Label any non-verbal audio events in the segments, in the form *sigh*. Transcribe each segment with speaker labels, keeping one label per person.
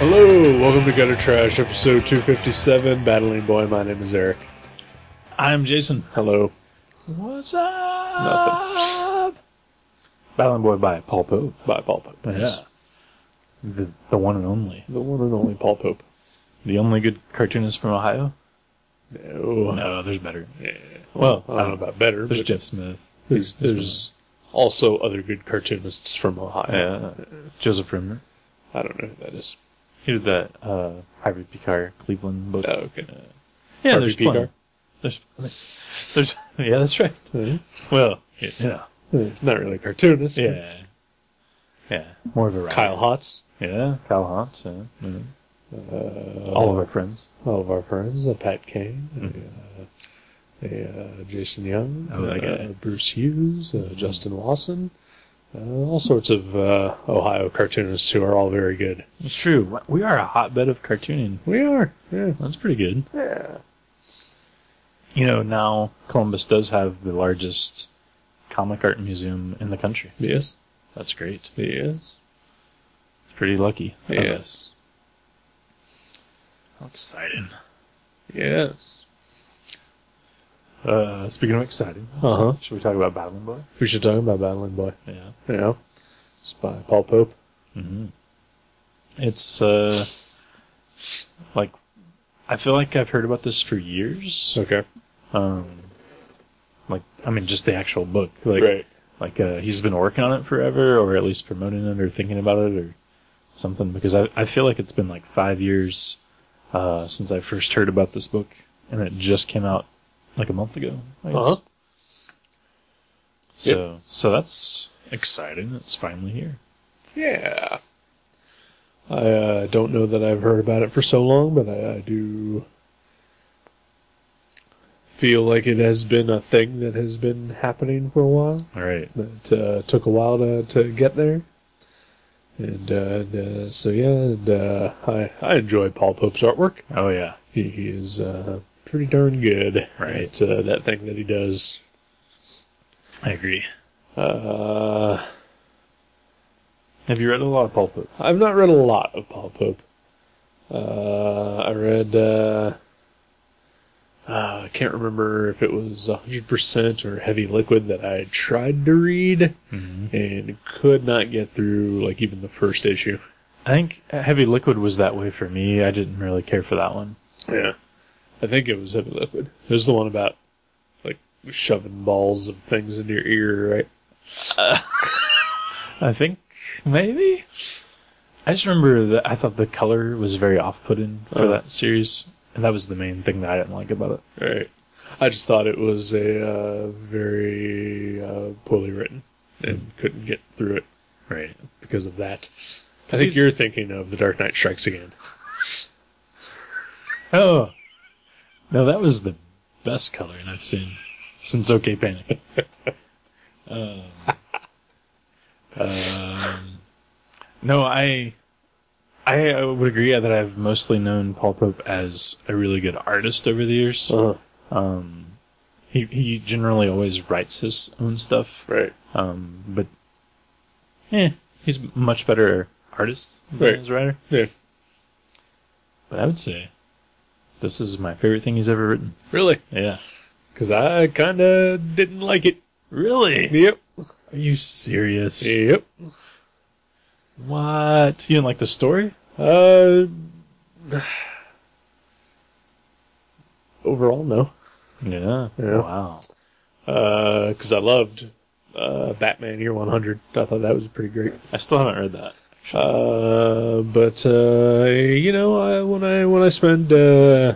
Speaker 1: Hello, welcome to Gutter Trash, episode 257, Battling Boy. My name is Eric.
Speaker 2: I'm Jason.
Speaker 1: Hello,
Speaker 2: What's up?
Speaker 1: Nothing. Battling Boy by Paul Pope. By Paul Pope.
Speaker 2: Yeah. The, the one and only.
Speaker 1: The one and only Paul Pope.
Speaker 2: The only good cartoonist from Ohio?
Speaker 1: No.
Speaker 2: No, there's better.
Speaker 1: Well, I don't know about better,
Speaker 2: There's
Speaker 1: but
Speaker 2: Jeff Smith.
Speaker 1: there's, there's also other good cartoonists from Ohio.
Speaker 2: Yeah. Joseph Rimmer.
Speaker 1: I don't know who that is.
Speaker 2: He did that uh, Harvey Picar Cleveland book.
Speaker 1: Oh, okay.
Speaker 2: yeah,
Speaker 1: Harvey
Speaker 2: there's
Speaker 1: Picar?
Speaker 2: plenty. There's, there's, *laughs* yeah, that's right. Well, you know,
Speaker 1: Uh, Mm-hmm. Not really a cartoonist.
Speaker 2: yeah, yeah, more of a writer.
Speaker 1: Kyle Hotz,
Speaker 2: yeah, Kyle Hans, yeah, yeah. all of our friends. Mm-hmm.
Speaker 1: all of our friends, Mm-hmm. uh, Pat Kane, uh, uh, Jason Young,
Speaker 2: Oh, that
Speaker 1: uh,
Speaker 2: guy.
Speaker 1: Bruce Hughes, uh, Justin Lawson, uh, all sorts of uh, Ohio cartoonists who are all very good.
Speaker 2: It's true. We are a hotbed of cartooning.
Speaker 1: We are, yeah.
Speaker 2: That's pretty good. Yeah. You know, now Columbus does have the largest comic art museum in the country.
Speaker 1: Yes,
Speaker 2: That's great.
Speaker 1: yes.
Speaker 2: It's pretty lucky. of
Speaker 1: Yes.
Speaker 2: us. How exciting.
Speaker 1: Yes.
Speaker 2: Uh, speaking of exciting,
Speaker 1: Uh huh.
Speaker 2: should we talk about Battling Boy?
Speaker 1: We should talk about Battling Boy.
Speaker 2: Yeah.
Speaker 1: Yeah. It's by Paul Pope.
Speaker 2: It's, uh, like, I feel like I've heard about this for years.
Speaker 1: Okay.
Speaker 2: Um, like, I mean, just the actual book. Like,
Speaker 1: Right.
Speaker 2: like uh, he's been working on it forever, or at least promoting it, or thinking about it, or something. Because I, I feel like it's been like five years uh, since I first heard about this book, and it just came out like a month ago. I guess.
Speaker 1: Uh huh.
Speaker 2: So so that's exciting. It's finally here.
Speaker 1: Yeah. I uh, don't know that I've heard about it for so long, but I, I do feel like it has been a thing that has been happening for a while.
Speaker 2: All right.
Speaker 1: That uh, took a while to, to get there. And, uh, and uh, so, yeah, and, uh, I, I enjoy Paul Pope's artwork.
Speaker 2: Oh yeah.
Speaker 1: He, he is uh, pretty darn good
Speaker 2: Right.
Speaker 1: at uh, that thing that he does.
Speaker 2: I agree.
Speaker 1: Uh,
Speaker 2: Have you read a lot of pulpit?
Speaker 1: I've not read a lot of Paul Pope. Uh, I read, uh, uh, I can't remember if it was 100% or Heavy Liquid that I tried to read
Speaker 2: Mm-hmm.
Speaker 1: and could not get through, like, even the first issue.
Speaker 2: I think Heavy Liquid was that way for me. I didn't really care for that one.
Speaker 1: Yeah. I think it was Heavy Liquid. It was the one about, like, shoving balls of things into your ear, right?
Speaker 2: I think maybe. I just remember that I thought the color was very off-putting for
Speaker 1: Oh.
Speaker 2: that series, and that was the main thing that I didn't like about it.
Speaker 1: Right. I just thought it was a uh, very uh, poorly written and couldn't get through it.
Speaker 2: Right.
Speaker 1: because of that. I think
Speaker 2: he's-
Speaker 1: you're thinking of The Dark Knight Strikes Again.
Speaker 2: Oh. No, that was the best coloring I've seen since OK Panic. *laughs* um, um, no, I, I I would agree that I've mostly known Paul Pope as a really good artist over the years.
Speaker 1: Uh,
Speaker 2: Um, he he generally always writes his own stuff.
Speaker 1: right.
Speaker 2: Um, but eh, he's a much better artist than
Speaker 1: Right.
Speaker 2: his writer.
Speaker 1: Yeah.
Speaker 2: But I would say this is my favorite thing he's ever written.
Speaker 1: Really?
Speaker 2: Yeah.
Speaker 1: Because I kind of didn't like it.
Speaker 2: Really?
Speaker 1: Yep.
Speaker 2: Are you serious?
Speaker 1: Yep.
Speaker 2: What? You didn't like the story?
Speaker 1: Uh, overall, no.
Speaker 2: Yeah.
Speaker 1: Yeah.
Speaker 2: Wow.
Speaker 1: Because I loved uh, Batman Year 100. I thought that was pretty great.
Speaker 2: I still haven't read that. Actually.
Speaker 1: Uh, but uh, you know, I, when I when I spend uh,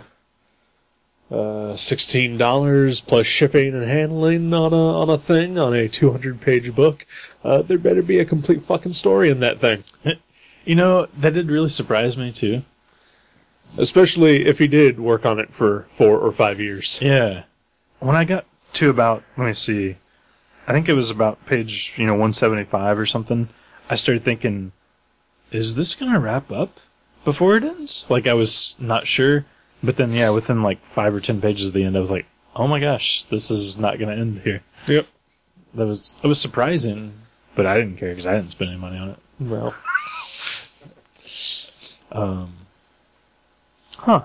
Speaker 1: uh, sixteen dollars plus shipping and handling on a on a thing on a two hundred page book, uh, there better be a complete fucking story in that thing.
Speaker 2: you know that did really surprise me too.
Speaker 1: Especially if he did work on it for four or five years.
Speaker 2: Yeah. When I got to about, let me see, I think it was about page, you know, 175 or something, I started thinking, is this going to wrap up before it ends? Like, I was not sure. But then, yeah, within like five or 10 pages of the end, I was like, oh my gosh, this is not going to end here.
Speaker 1: Yep.
Speaker 2: That was, it was surprising, but I didn't care because I didn't spend any money on it.
Speaker 1: Well,
Speaker 2: Um, huh.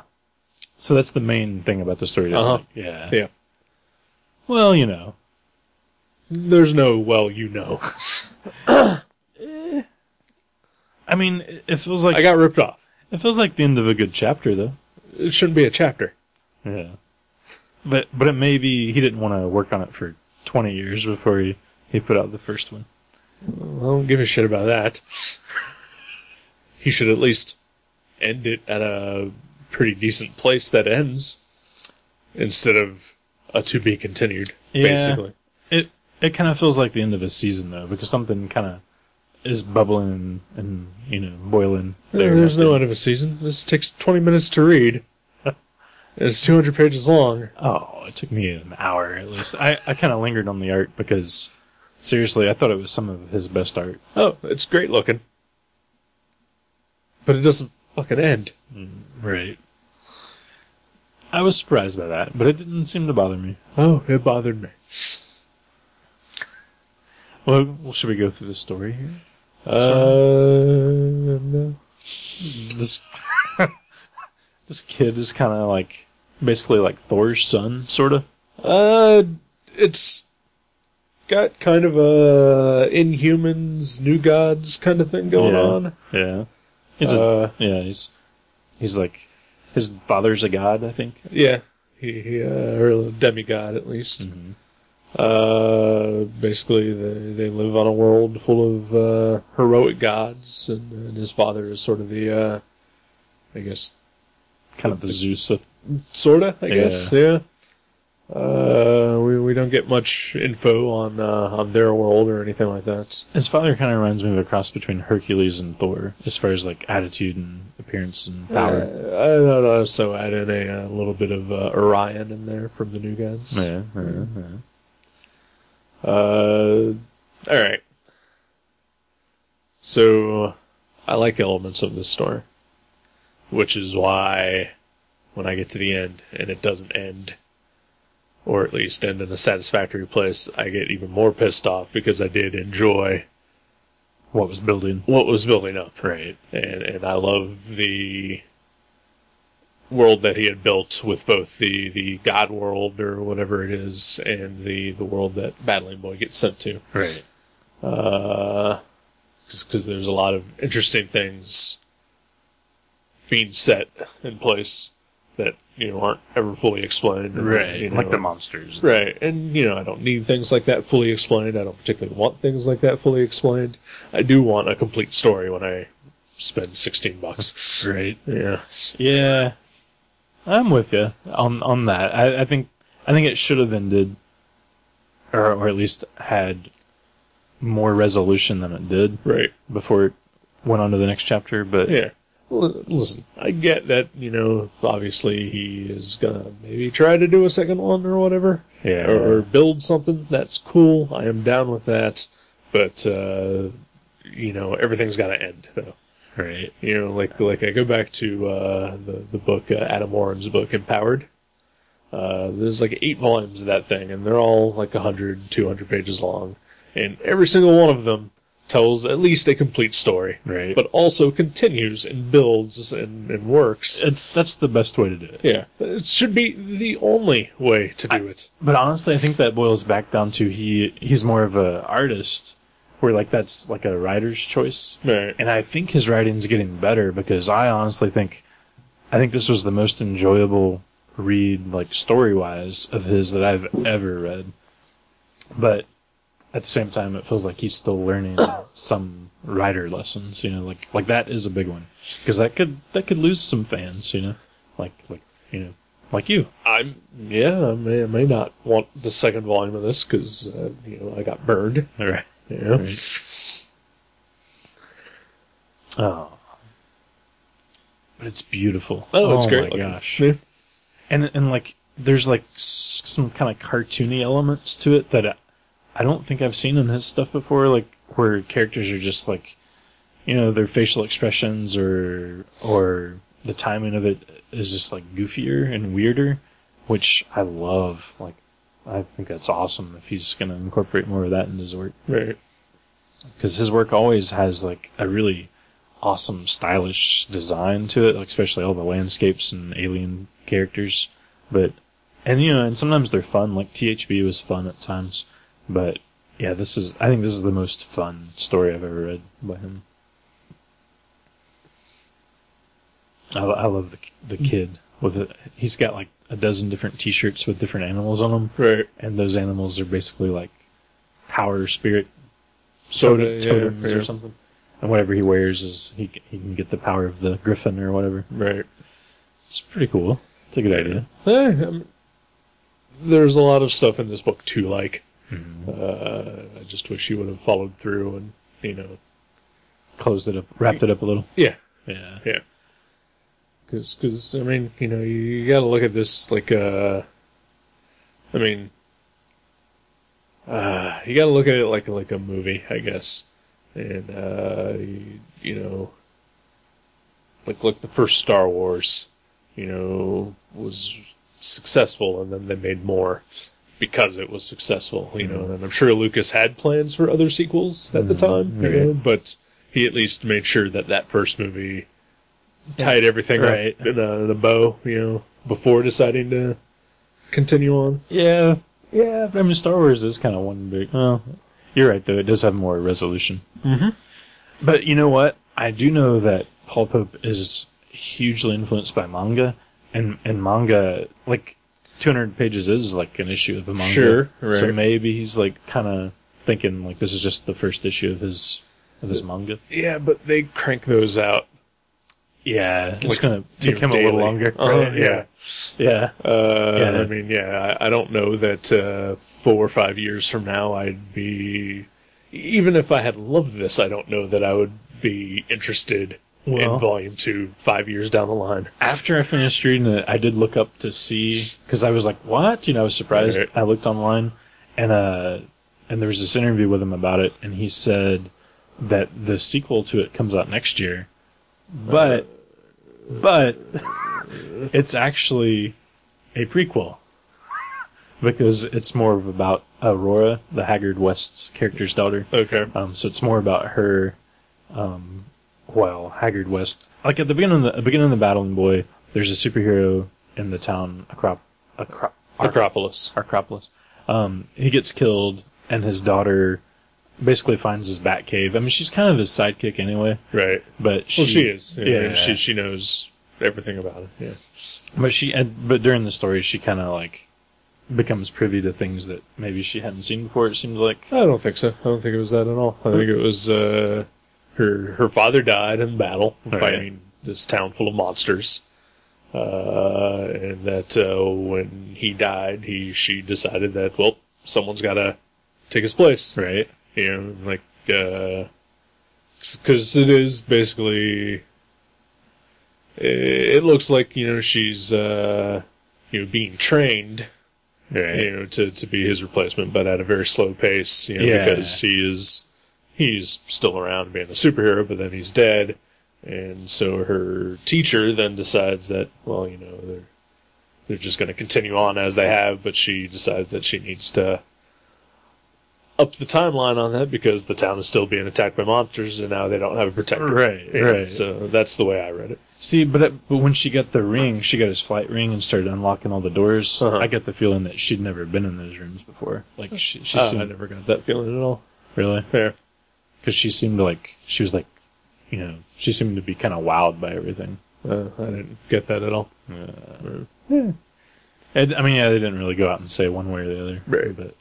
Speaker 2: So that's the main thing about the story. that I
Speaker 1: Uh-huh.
Speaker 2: like. Yeah.
Speaker 1: Yeah.
Speaker 2: Well, you know.
Speaker 1: there's no well, you know.
Speaker 2: I mean, it- it feels like
Speaker 1: I got ripped off.
Speaker 2: it feels like the end of a good chapter, though.
Speaker 1: It shouldn't be a chapter.
Speaker 2: Yeah. But but it may be he didn't want to work on it for twenty years before he he put out the first one.
Speaker 1: I don't give a shit about that. *laughs* he should at least end it at a pretty decent place that ends instead of a to be continued,
Speaker 2: Yeah.
Speaker 1: basically.
Speaker 2: It it kind of feels like the end of a season though, because something kind of is bubbling and, and you know boiling.
Speaker 1: There,
Speaker 2: at
Speaker 1: there's
Speaker 2: the
Speaker 1: no end of a season. This takes 20 minutes to read. *laughs* And it's 200 pages long.
Speaker 2: Oh, it took me an hour at least. I, I kind of lingered on the art because, seriously, I thought it was some of his best art.
Speaker 1: Oh, it's great looking. But it doesn't fucking end.
Speaker 2: Right. I was surprised by that, but it didn't seem to bother me.
Speaker 1: Oh, it bothered me.
Speaker 2: Well, well, should we go through the story here?
Speaker 1: Uh, no.
Speaker 2: This *laughs* this kid is kind of like basically like Thor's son, sort of.
Speaker 1: Uh, it's got kind of a Inhumans, New Gods kind of thing going
Speaker 2: Yeah.
Speaker 1: on.
Speaker 2: Yeah. He's a,
Speaker 1: uh,
Speaker 2: yeah. He's he's like his father's a god, I think.
Speaker 1: yeah, he, he uh, or a demigod at least.
Speaker 2: Mhm.
Speaker 1: Uh, basically, they they live on a world full of uh, heroic gods, and, and his father is sort of the, uh, I guess,
Speaker 2: Kind of the Zeus of
Speaker 1: sorta, I
Speaker 2: Yeah.
Speaker 1: guess. Yeah. Uh, we we don't get much info on uh, on their world or anything like that.
Speaker 2: His father kind of reminds me of a cross between Hercules and Thor, as far as like attitude and appearance and power.
Speaker 1: Uh, I would also add in a, uh little bit of uh, Orion in there from the New Gods.
Speaker 2: yeah, yeah, yeah.
Speaker 1: Uh, all right. So, I like elements of this story, which is why when I get to the end and it doesn't end, or at least end in a satisfactory place, I get even more pissed off because I did enjoy
Speaker 2: What was building?
Speaker 1: what was building up.
Speaker 2: Right.
Speaker 1: and and I love the world that he had built with both the the God world or whatever it is, and the the world that Battling Boy gets sent to.
Speaker 2: Right.
Speaker 1: Because there's a lot of interesting things being set in place that you know aren't ever fully explained. and, you know,
Speaker 2: Like the monsters.
Speaker 1: Right, and you know, I don't need things like that fully explained. I don't particularly want things like that fully explained. I do want a complete story when I spend sixteen bucks.
Speaker 2: Right.
Speaker 1: Yeah,
Speaker 2: Yeah. I'm with you on on that. I, I think I think it should have ended, or or at least had more resolution than it did
Speaker 1: right.
Speaker 2: before it went on to the next chapter. But
Speaker 1: Yeah. L- listen, I get that you know. Obviously, he is gonna maybe try to do a second one or whatever,
Speaker 2: yeah,
Speaker 1: or, or build something. That's cool. I am down with that. But uh, you know, everything's gotta end though.
Speaker 2: right.
Speaker 1: you know, like like I go back to uh, the the book uh, Adam Warren's book Empowered. Uh, there's like eight volumes of that thing, and they're all like 100, 200 pages long, and every single one of them tells at least a complete story,
Speaker 2: Right.
Speaker 1: but also continues and builds and, and works.
Speaker 2: It's that's the best way to do it.
Speaker 1: Yeah, it should be the only way to do it.
Speaker 2: But honestly, I think that boils back down to he he's more of a artist, where like that's like a writer's choice.
Speaker 1: Right.
Speaker 2: And I think his writing's getting better because I honestly think, I think this was the most enjoyable read like story wise of his that I've ever read. But at the same time, it feels like he's still learning some writer lessons. You know, like like that is a big one because that could that could lose some fans. You know, like like you know like you.
Speaker 1: I'm yeah, I may, I may not want the second volume of this because uh, you know I got burned.
Speaker 2: All right.
Speaker 1: You know?
Speaker 2: Oh. but it's beautiful.
Speaker 1: Oh, it's great.
Speaker 2: my
Speaker 1: looking.
Speaker 2: gosh.
Speaker 1: Yeah.
Speaker 2: And and like there's like s- some kind of cartoony elements to it that I, I don't think I've seen in his stuff before. Like where characters are just like, you know, their facial expressions or or the timing of it is just like goofier and weirder, which I love. Like I think that's awesome if he's gonna incorporate more of that into his work
Speaker 1: Right.
Speaker 2: because his work always has like a really awesome stylish design to it like especially all the landscapes and alien characters but and you know and sometimes they're fun like thb was fun at times but yeah this is i think this is the most fun story i've ever read by him i, I love the, the kid with it he's got like a dozen different t-shirts with different animals on them
Speaker 1: Right.
Speaker 2: and those animals are basically like power spirit
Speaker 1: Soda,
Speaker 2: soda,
Speaker 1: yeah,
Speaker 2: totems
Speaker 1: yeah.
Speaker 2: or something. And whatever he wears is he he can get the power of the griffin or whatever.
Speaker 1: Right.
Speaker 2: It's pretty cool. It's a good idea.
Speaker 1: Eh, um, there's a lot of stuff in this book to like. Uh, I just wish he would have followed through and you know,
Speaker 2: Closed it up, wrapped it up a little.
Speaker 1: yeah,
Speaker 2: Yeah.
Speaker 1: yeah. Because, cause, I mean, you know, you, you got to look at this like, uh, I mean, uh, you got to look at it like like a movie, I guess, and uh, you, you know, like like the first Star Wars, you know, was successful, and then they made more because it was successful, you know. And I'm sure Lucas had plans for other sequels at the time, you
Speaker 2: right.
Speaker 1: know, but he at least made sure that that first movie tied everything
Speaker 2: Right.
Speaker 1: up in a, in a bow, you know, before deciding to continue on.
Speaker 2: Yeah. Yeah. I mean, Star Wars is kind of one big. Well, you're right though. It does have more resolution.
Speaker 1: Mhm.
Speaker 2: But you know what? I do know that Paul Pope is hugely influenced by manga, and and manga like 200 pages is like an issue of a manga.
Speaker 1: Sure,
Speaker 2: So
Speaker 1: right.
Speaker 2: maybe he's like kind of thinking like this is just the first issue of his of his manga.
Speaker 1: Yeah, but they crank those out.
Speaker 2: Yeah, it's
Speaker 1: Like,
Speaker 2: gonna take
Speaker 1: you know,
Speaker 2: him a little
Speaker 1: daily.
Speaker 2: longer. *laughs*
Speaker 1: Uh-huh,
Speaker 2: right?
Speaker 1: yeah.
Speaker 2: Yeah.
Speaker 1: Uh,
Speaker 2: Yeah.
Speaker 1: I mean, yeah, I, I don't know that uh, four or five years from now I'd be. Even if I had loved this, I don't know that I would be interested
Speaker 2: Well-
Speaker 1: in Volume 2 five years down the line.
Speaker 2: after I finished reading it, I did look up to see because I was like, "What?" You know, I was surprised.
Speaker 1: Right.
Speaker 2: I looked online, and uh, and there was this interview with him about it, and he said that the sequel to it comes out next year, but but *laughs* it's actually a prequel because it's more of about Aurora, the Haggard West's character's daughter.
Speaker 1: Okay.
Speaker 2: Um, so it's more about her. Um, well, Haggard West. Like at the beginning of the beginning of the Battling Boy, there's a superhero in the town Acrop, Acrop,
Speaker 1: Acropolis.
Speaker 2: Acropolis. Um, he gets killed, and his daughter basically finds his bat cave. I mean, she's kind of his sidekick anyway,
Speaker 1: Right.
Speaker 2: but she,
Speaker 1: Well, she is. Yeah.
Speaker 2: Yeah,
Speaker 1: She, she knows everything about it. Yeah.
Speaker 2: But she, and, but during the story, she kind of like becomes privy to things that maybe she hadn't seen before. It seemed like.
Speaker 1: I don't think so. I don't think it was that at all. I think it was uh, her her father died in battle
Speaker 2: Right.
Speaker 1: fighting this town full of monsters, uh, and that uh, when he died, he she decided that well, someone's got to take his place,
Speaker 2: Right.
Speaker 1: you know, like because it is basically. It it looks like you know she's uh, you know being trained you know, to, to be his replacement, but at a very slow pace, you know,
Speaker 2: Yeah.
Speaker 1: because he is he's still around being a superhero, but then he's dead, and so her teacher then decides that well, you know, they're they're just going to continue on as they have, but she decides that she needs to up the timeline on that because the town is still being attacked by monsters, and now they don't have a protector.
Speaker 2: Right,
Speaker 1: You know,
Speaker 2: right.
Speaker 1: So that's the way I read it.
Speaker 2: See, but it, but when she got the ring, she got his flight ring and started unlocking all the doors.
Speaker 1: Uh-huh.
Speaker 2: I got the feeling that she'd never been in those rooms before. Like she, she
Speaker 1: Uh, I
Speaker 2: seemed
Speaker 1: never got that feeling at all.
Speaker 2: really
Speaker 1: Yeah.
Speaker 2: because she seemed like she was like, you know, she seemed to be kind of wowed by everything.
Speaker 1: Uh, I didn't get that at all.
Speaker 2: And, I mean, yeah, they didn't really go out and say one way or the other.
Speaker 1: Right.
Speaker 2: But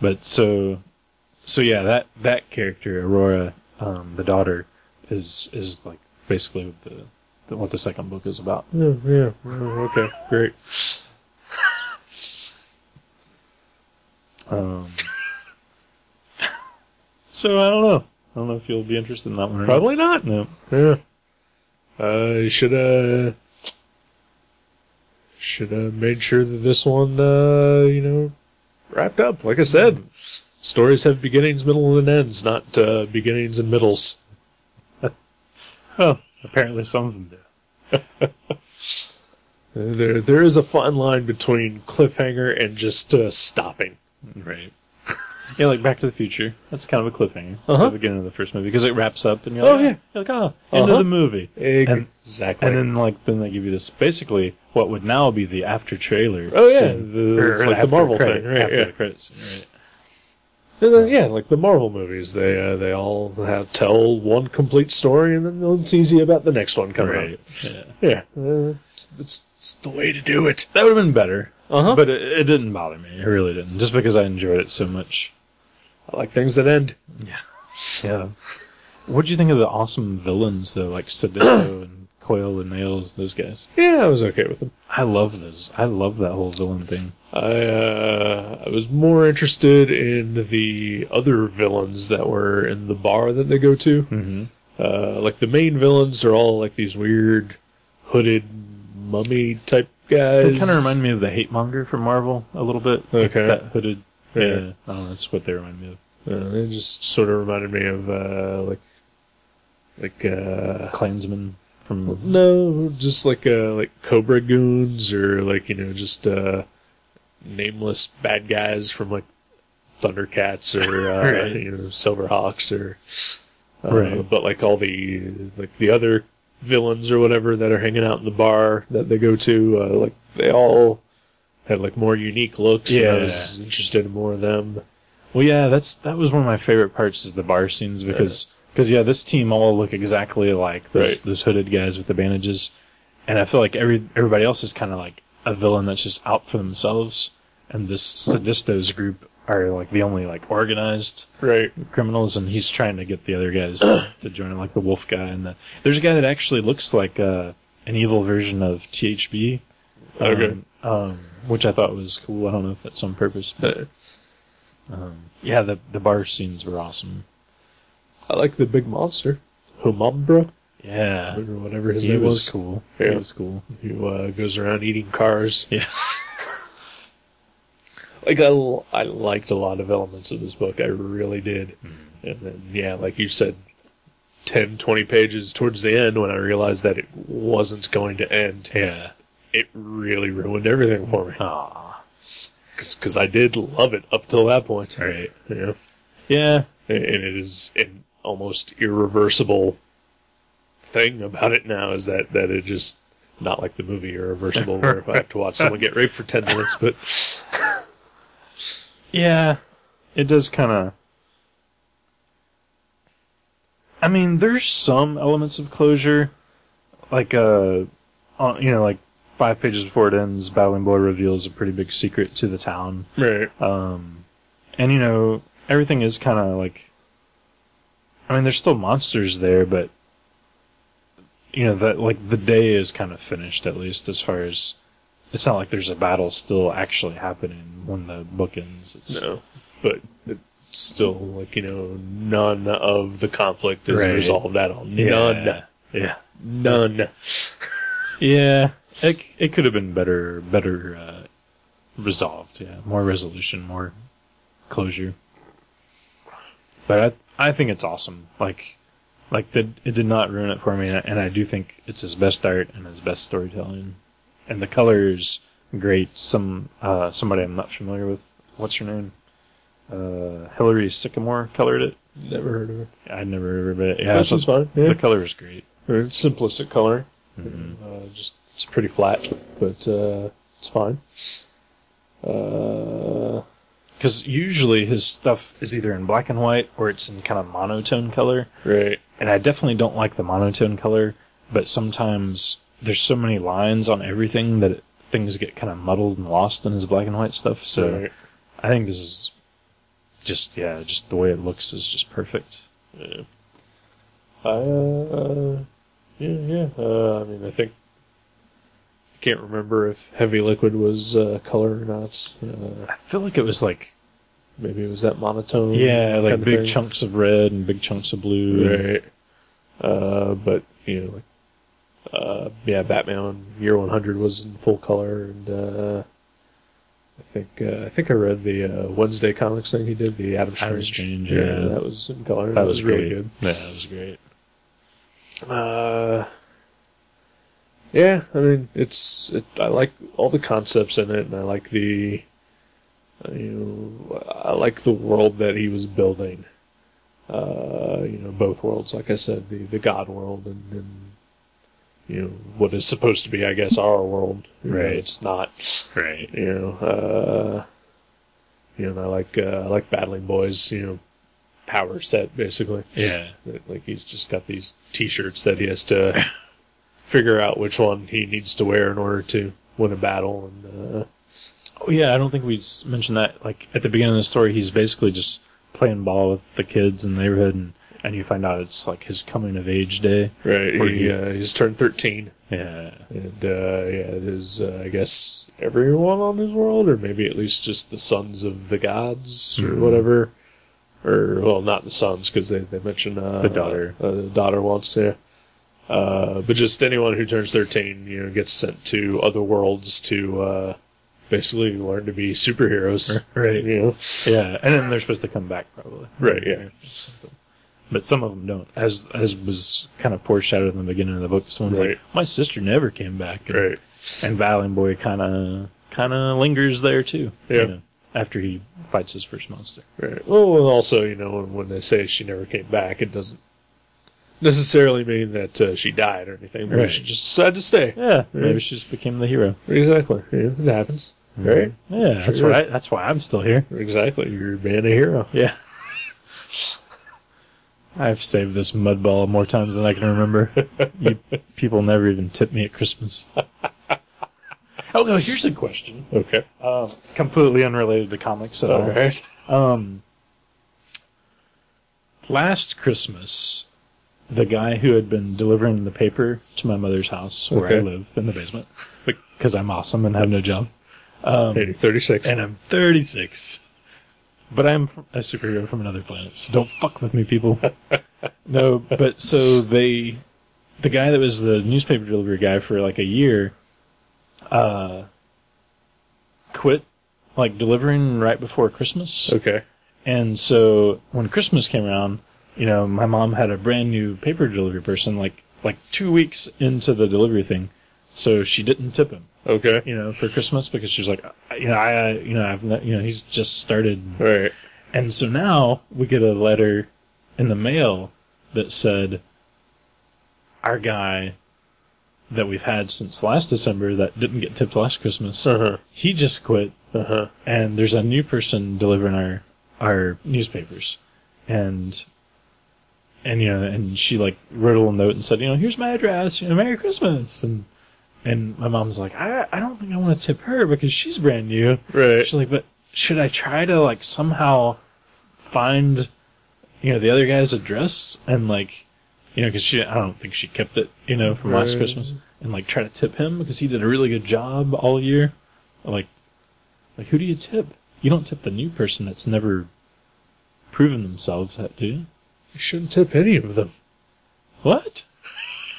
Speaker 2: but so so yeah, that that character Aurora, um, the daughter, is is like basically what the, the what the second book is about.
Speaker 1: Yeah, yeah, yeah, okay, great.
Speaker 2: Um, so I don't know. I don't know if you'll be interested in that one. Or
Speaker 1: Probably not.
Speaker 2: Not. No.
Speaker 1: Yeah. Uh, should have should have made sure that this one, uh, you know, wrapped up. Like I said, stories have beginnings, middle, and ends, not uh, beginnings and middles.
Speaker 2: Oh, apparently some of them do.
Speaker 1: There, there is a fine line between cliffhanger and just uh, stopping.
Speaker 2: Right. *laughs* yeah, like Back to the Future. That's kind of a cliffhanger.
Speaker 1: Uh-huh.
Speaker 2: At the beginning of the first movie because it wraps up and you're
Speaker 1: Oh,
Speaker 2: like,
Speaker 1: yeah.
Speaker 2: you're like, oh, end of
Speaker 1: Uh-huh.
Speaker 2: the movie. And-
Speaker 1: Exactly.
Speaker 2: And then like then they give you this basically what would now be the after trailer.
Speaker 1: Oh, yeah.
Speaker 2: scene.
Speaker 1: The- it's like the
Speaker 2: after
Speaker 1: Marvel
Speaker 2: credit-
Speaker 1: thing, right,
Speaker 2: After
Speaker 1: yeah.
Speaker 2: the credits, scene, right?
Speaker 1: And then, yeah, like the Marvel movies, they uh, they all have, tell one complete story, and then they'll tease you about the next one coming up.
Speaker 2: Yeah.
Speaker 1: Yeah, uh, it's, it's, it's the way to do it.
Speaker 2: That would have been better.
Speaker 1: Uh-huh.
Speaker 2: But it, it didn't bother me. It really didn't. Just because I enjoyed it so much.
Speaker 1: I like things that end.
Speaker 2: Yeah. What did you think of the awesome villains though, like *clears throat* Sedisto and Coil and Nails, those guys?
Speaker 1: Yeah, I was okay with them.
Speaker 2: I love those. I love that whole villain thing.
Speaker 1: I uh, I was more interested in the other villains that were in the bar that they go to.
Speaker 2: Mm-hmm.
Speaker 1: Uh, like the main villains are all like these weird hooded mummy type guys.
Speaker 2: They kind of remind me of the Hate Monger from Marvel a little bit.
Speaker 1: Okay.
Speaker 2: That hooded.
Speaker 1: Yeah.
Speaker 2: Yeah. I don't know. That's what they remind me
Speaker 1: Uh, it just sort of reminded me of uh, like like uh,
Speaker 2: of. Klansman from.
Speaker 1: no, just like uh, like Cobra goons or like you know just uh, nameless bad guys from like Thundercats or
Speaker 2: *laughs*
Speaker 1: uh,
Speaker 2: Right.
Speaker 1: you know Silverhawks or uh,
Speaker 2: Right.
Speaker 1: but like all the like the other villains or whatever that are hanging out in the bar that they go to uh, like they all had like more unique looks and I was interested in more of them
Speaker 2: Well, yeah. That's that was one of my favorite parts is the bar scenes because because yeah, this team all look exactly like those
Speaker 1: Right.
Speaker 2: those hooded guys with the bandages, and I feel like every everybody else is kind of like a villain that's just out for themselves, and this Sadisto's group are like the only like organized.
Speaker 1: right
Speaker 2: criminals and he's trying to get the other guys
Speaker 1: *clears throat*
Speaker 2: to, to join him, like the wolf guy and the there's a guy that actually looks like uh, an evil version of THB. um,
Speaker 1: Okay.
Speaker 2: um, which I thought was cool. I don't know if that's on purpose. But
Speaker 1: Uh,
Speaker 2: yeah, the the bar scenes were awesome.
Speaker 1: I like the big monster Humabra or
Speaker 2: Yeah.
Speaker 1: whatever his
Speaker 2: He
Speaker 1: name
Speaker 2: was,
Speaker 1: was
Speaker 2: cool.
Speaker 1: Yeah.
Speaker 2: He was cool.
Speaker 1: who uh, goes around eating cars.
Speaker 2: Yeah.
Speaker 1: Like I, l- I liked a lot of elements of this book. I really did.
Speaker 2: Mm-hmm.
Speaker 1: And then yeah, like you said, 10, 20 pages towards the end when I realized that it wasn't going to end,
Speaker 2: Yeah.
Speaker 1: it really ruined everything for me
Speaker 2: Aw.
Speaker 1: because I did love it up till that point.
Speaker 2: Right.
Speaker 1: Yeah,
Speaker 2: *laughs* Yeah.
Speaker 1: and it is an almost irreversible thing about it now is that that it just not like the movie irreversible where if I have to watch someone get raped for ten minutes,
Speaker 2: *laughs*
Speaker 1: but.
Speaker 2: Yeah, it does kind of. I mean, there's some elements of closure, like uh, uh, you know, like five pages before it ends, Battling Boy reveals a pretty big secret to the town,
Speaker 1: Right.
Speaker 2: um, and you know, everything is kind of like. I mean, there's still monsters there, but you know that like the day is kind of finished at least as far as it's not like there's a battle still actually happening when the book ends. It's,
Speaker 1: No. But it's still, like, you know, none of the conflict is
Speaker 2: Right.
Speaker 1: resolved at all.
Speaker 2: Yeah.
Speaker 1: None.
Speaker 2: Yeah.
Speaker 1: None.
Speaker 2: Yeah. It it could have been better better uh, resolved. Yeah. More resolution, more closure. But I I think it's awesome. Like like the, it did not ruin it for me and I, and I do think it's his best art and his best storytelling. And the colors great. Some uh somebody I'm not familiar with. What's her name? Uh Hillary Sycamore colored it.
Speaker 1: Never heard of it.
Speaker 2: I'd never heard of it.
Speaker 1: Yeah,
Speaker 2: Yeah. I
Speaker 1: Which is
Speaker 2: thought
Speaker 1: fine.
Speaker 2: The Mm-hmm.
Speaker 1: Yeah.
Speaker 2: color is great.
Speaker 1: Or it's simplistic color. Uh, just it's pretty flat, but uh, it's fine. Uh,
Speaker 2: Because usually his stuff is either in black and white or it's in kind of monotone color.
Speaker 1: right.
Speaker 2: And I definitely don't like the monotone color, but sometimes there's so many lines on everything that it, things get kind of muddled and lost in his black and white stuff. So
Speaker 1: right.
Speaker 2: I think this is just, yeah, just the way it looks is just perfect.
Speaker 1: I, uh, yeah, yeah. Uh, I mean, I think I can't remember if Heavy Liquid was uh, color or not. Uh,
Speaker 2: I feel like it was like,
Speaker 1: maybe it was that monotone.
Speaker 2: yeah,
Speaker 1: kind
Speaker 2: like
Speaker 1: of
Speaker 2: big
Speaker 1: thing.
Speaker 2: chunks of red and big chunks of blue.
Speaker 1: Right. Uh, but you know, like uh, yeah, Batman Year 100 was in full color, and uh, I think uh, I think I read the uh, Wednesday comics thing he did, the Adam Strange.
Speaker 2: Adam Strange, yeah.
Speaker 1: that was in color.
Speaker 2: That was great.
Speaker 1: really good.
Speaker 2: Yeah, that was great.
Speaker 1: Uh, yeah, I mean, it's it, I like all the concepts in it, and I like the uh, you know I like the world that he was building. Uh, you know, both worlds, like I said, the the God world and, and you know what is supposed to be, I guess, our world. You know,
Speaker 2: Right.
Speaker 1: it's not
Speaker 2: Right.
Speaker 1: you know, uh, you know, and I like uh, I like battling boys, you know, power set basically.
Speaker 2: Yeah.
Speaker 1: That, Like he's just got these T-shirts that he has to *laughs* figure out which one he needs to wear in order to win a battle, and uh,
Speaker 2: Oh yeah, I don't think we s- mentioned that. Like at the beginning of the story, he's basically just playing ball with the kids in the neighborhood, and and you find out it's like his coming of age day.
Speaker 1: right,
Speaker 2: Or
Speaker 1: he,
Speaker 2: he-
Speaker 1: uh, he's turned thirteen,
Speaker 2: Yeah.
Speaker 1: and uh, yeah, it is uh, I guess everyone on his world, or maybe at least just the sons of the gods or
Speaker 2: Mhm.
Speaker 1: whatever, or well, not the sons because they they mention uh,
Speaker 2: The daughter.
Speaker 1: uh, the daughter once, yeah. Uh, but just anyone who turns 13, you know, gets sent to other worlds to, uh, basically learn to be superheroes.
Speaker 2: *laughs* Right.
Speaker 1: you know?
Speaker 2: Yeah, and then they're supposed to come back probably.
Speaker 1: Right, yeah.
Speaker 2: Something. But some of them don't, as as was kind of foreshadowed in the beginning of the book. Someone's
Speaker 1: Right.
Speaker 2: like, "My sister never came back," and,
Speaker 1: Right.
Speaker 2: and Battling Boy kind of kind of lingers there too.
Speaker 1: Yeah.
Speaker 2: after he fights his first monster.
Speaker 1: Right. Well, and also, you know, when, when they say she never came back, it doesn't necessarily mean that uh, she died or anything. Maybe
Speaker 2: Right.
Speaker 1: She just decided to stay.
Speaker 2: Yeah,
Speaker 1: Yeah.
Speaker 2: maybe she just became the hero.
Speaker 1: Exactly. Yeah, it happens. Right.
Speaker 2: Yeah, that's
Speaker 1: Sure.
Speaker 2: why. I, that's why I'm still here.
Speaker 1: Exactly. You're being a hero.
Speaker 2: Yeah. *laughs* I've saved this mud ball more times than I can remember. *laughs* you people never even tip me at *laughs* Christmas. oh no, here's a question.
Speaker 1: Okay. Uh,
Speaker 2: Um, completely unrelated to comics at
Speaker 1: All
Speaker 2: all.
Speaker 1: right.
Speaker 2: Um, last Christmas, the guy who had been delivering the paper to my mother's house, where I
Speaker 1: Okay.
Speaker 2: live in the basement, *laughs* because I'm awesome and have no job,
Speaker 1: Hey, 36.
Speaker 2: and I'm 36. But I'm f- a superhero from another planet, so don't fuck with me, people. no, but so they, the guy that was the newspaper delivery guy for like a year, uh, quit like delivering right before Christmas.
Speaker 1: okay.
Speaker 2: And so when Christmas came around, you know, my mom had a brand new paper delivery person, like like two weeks into the delivery thing, so she didn't tip him,
Speaker 1: Okay.
Speaker 2: you know, for Christmas because she was like, I- you know, I, I- you know, I've, ne- you know, he's just started,
Speaker 1: All right.
Speaker 2: and so now we get a letter in the mail that said, our guy that we've had since last December that didn't get tipped last Christmas,
Speaker 1: Uh huh.
Speaker 2: he just quit
Speaker 1: Uh huh.
Speaker 2: and there's a new person delivering our our newspapers and and you know and she like wrote a little note and said you know here's my address you know merry christmas and and my mom's like i i don't think i want to tip her because she's brand new
Speaker 1: Right.
Speaker 2: she's like but should i try to like somehow find you know the other guy's address and like you know because she i don't think she kept it you know from last
Speaker 1: Right.
Speaker 2: christmas and like try to tip him because he did a really good job all year like like who do you tip you don't tip the new person that's never proven themselves do you
Speaker 1: You shouldn't tip any of them.
Speaker 2: what *laughs*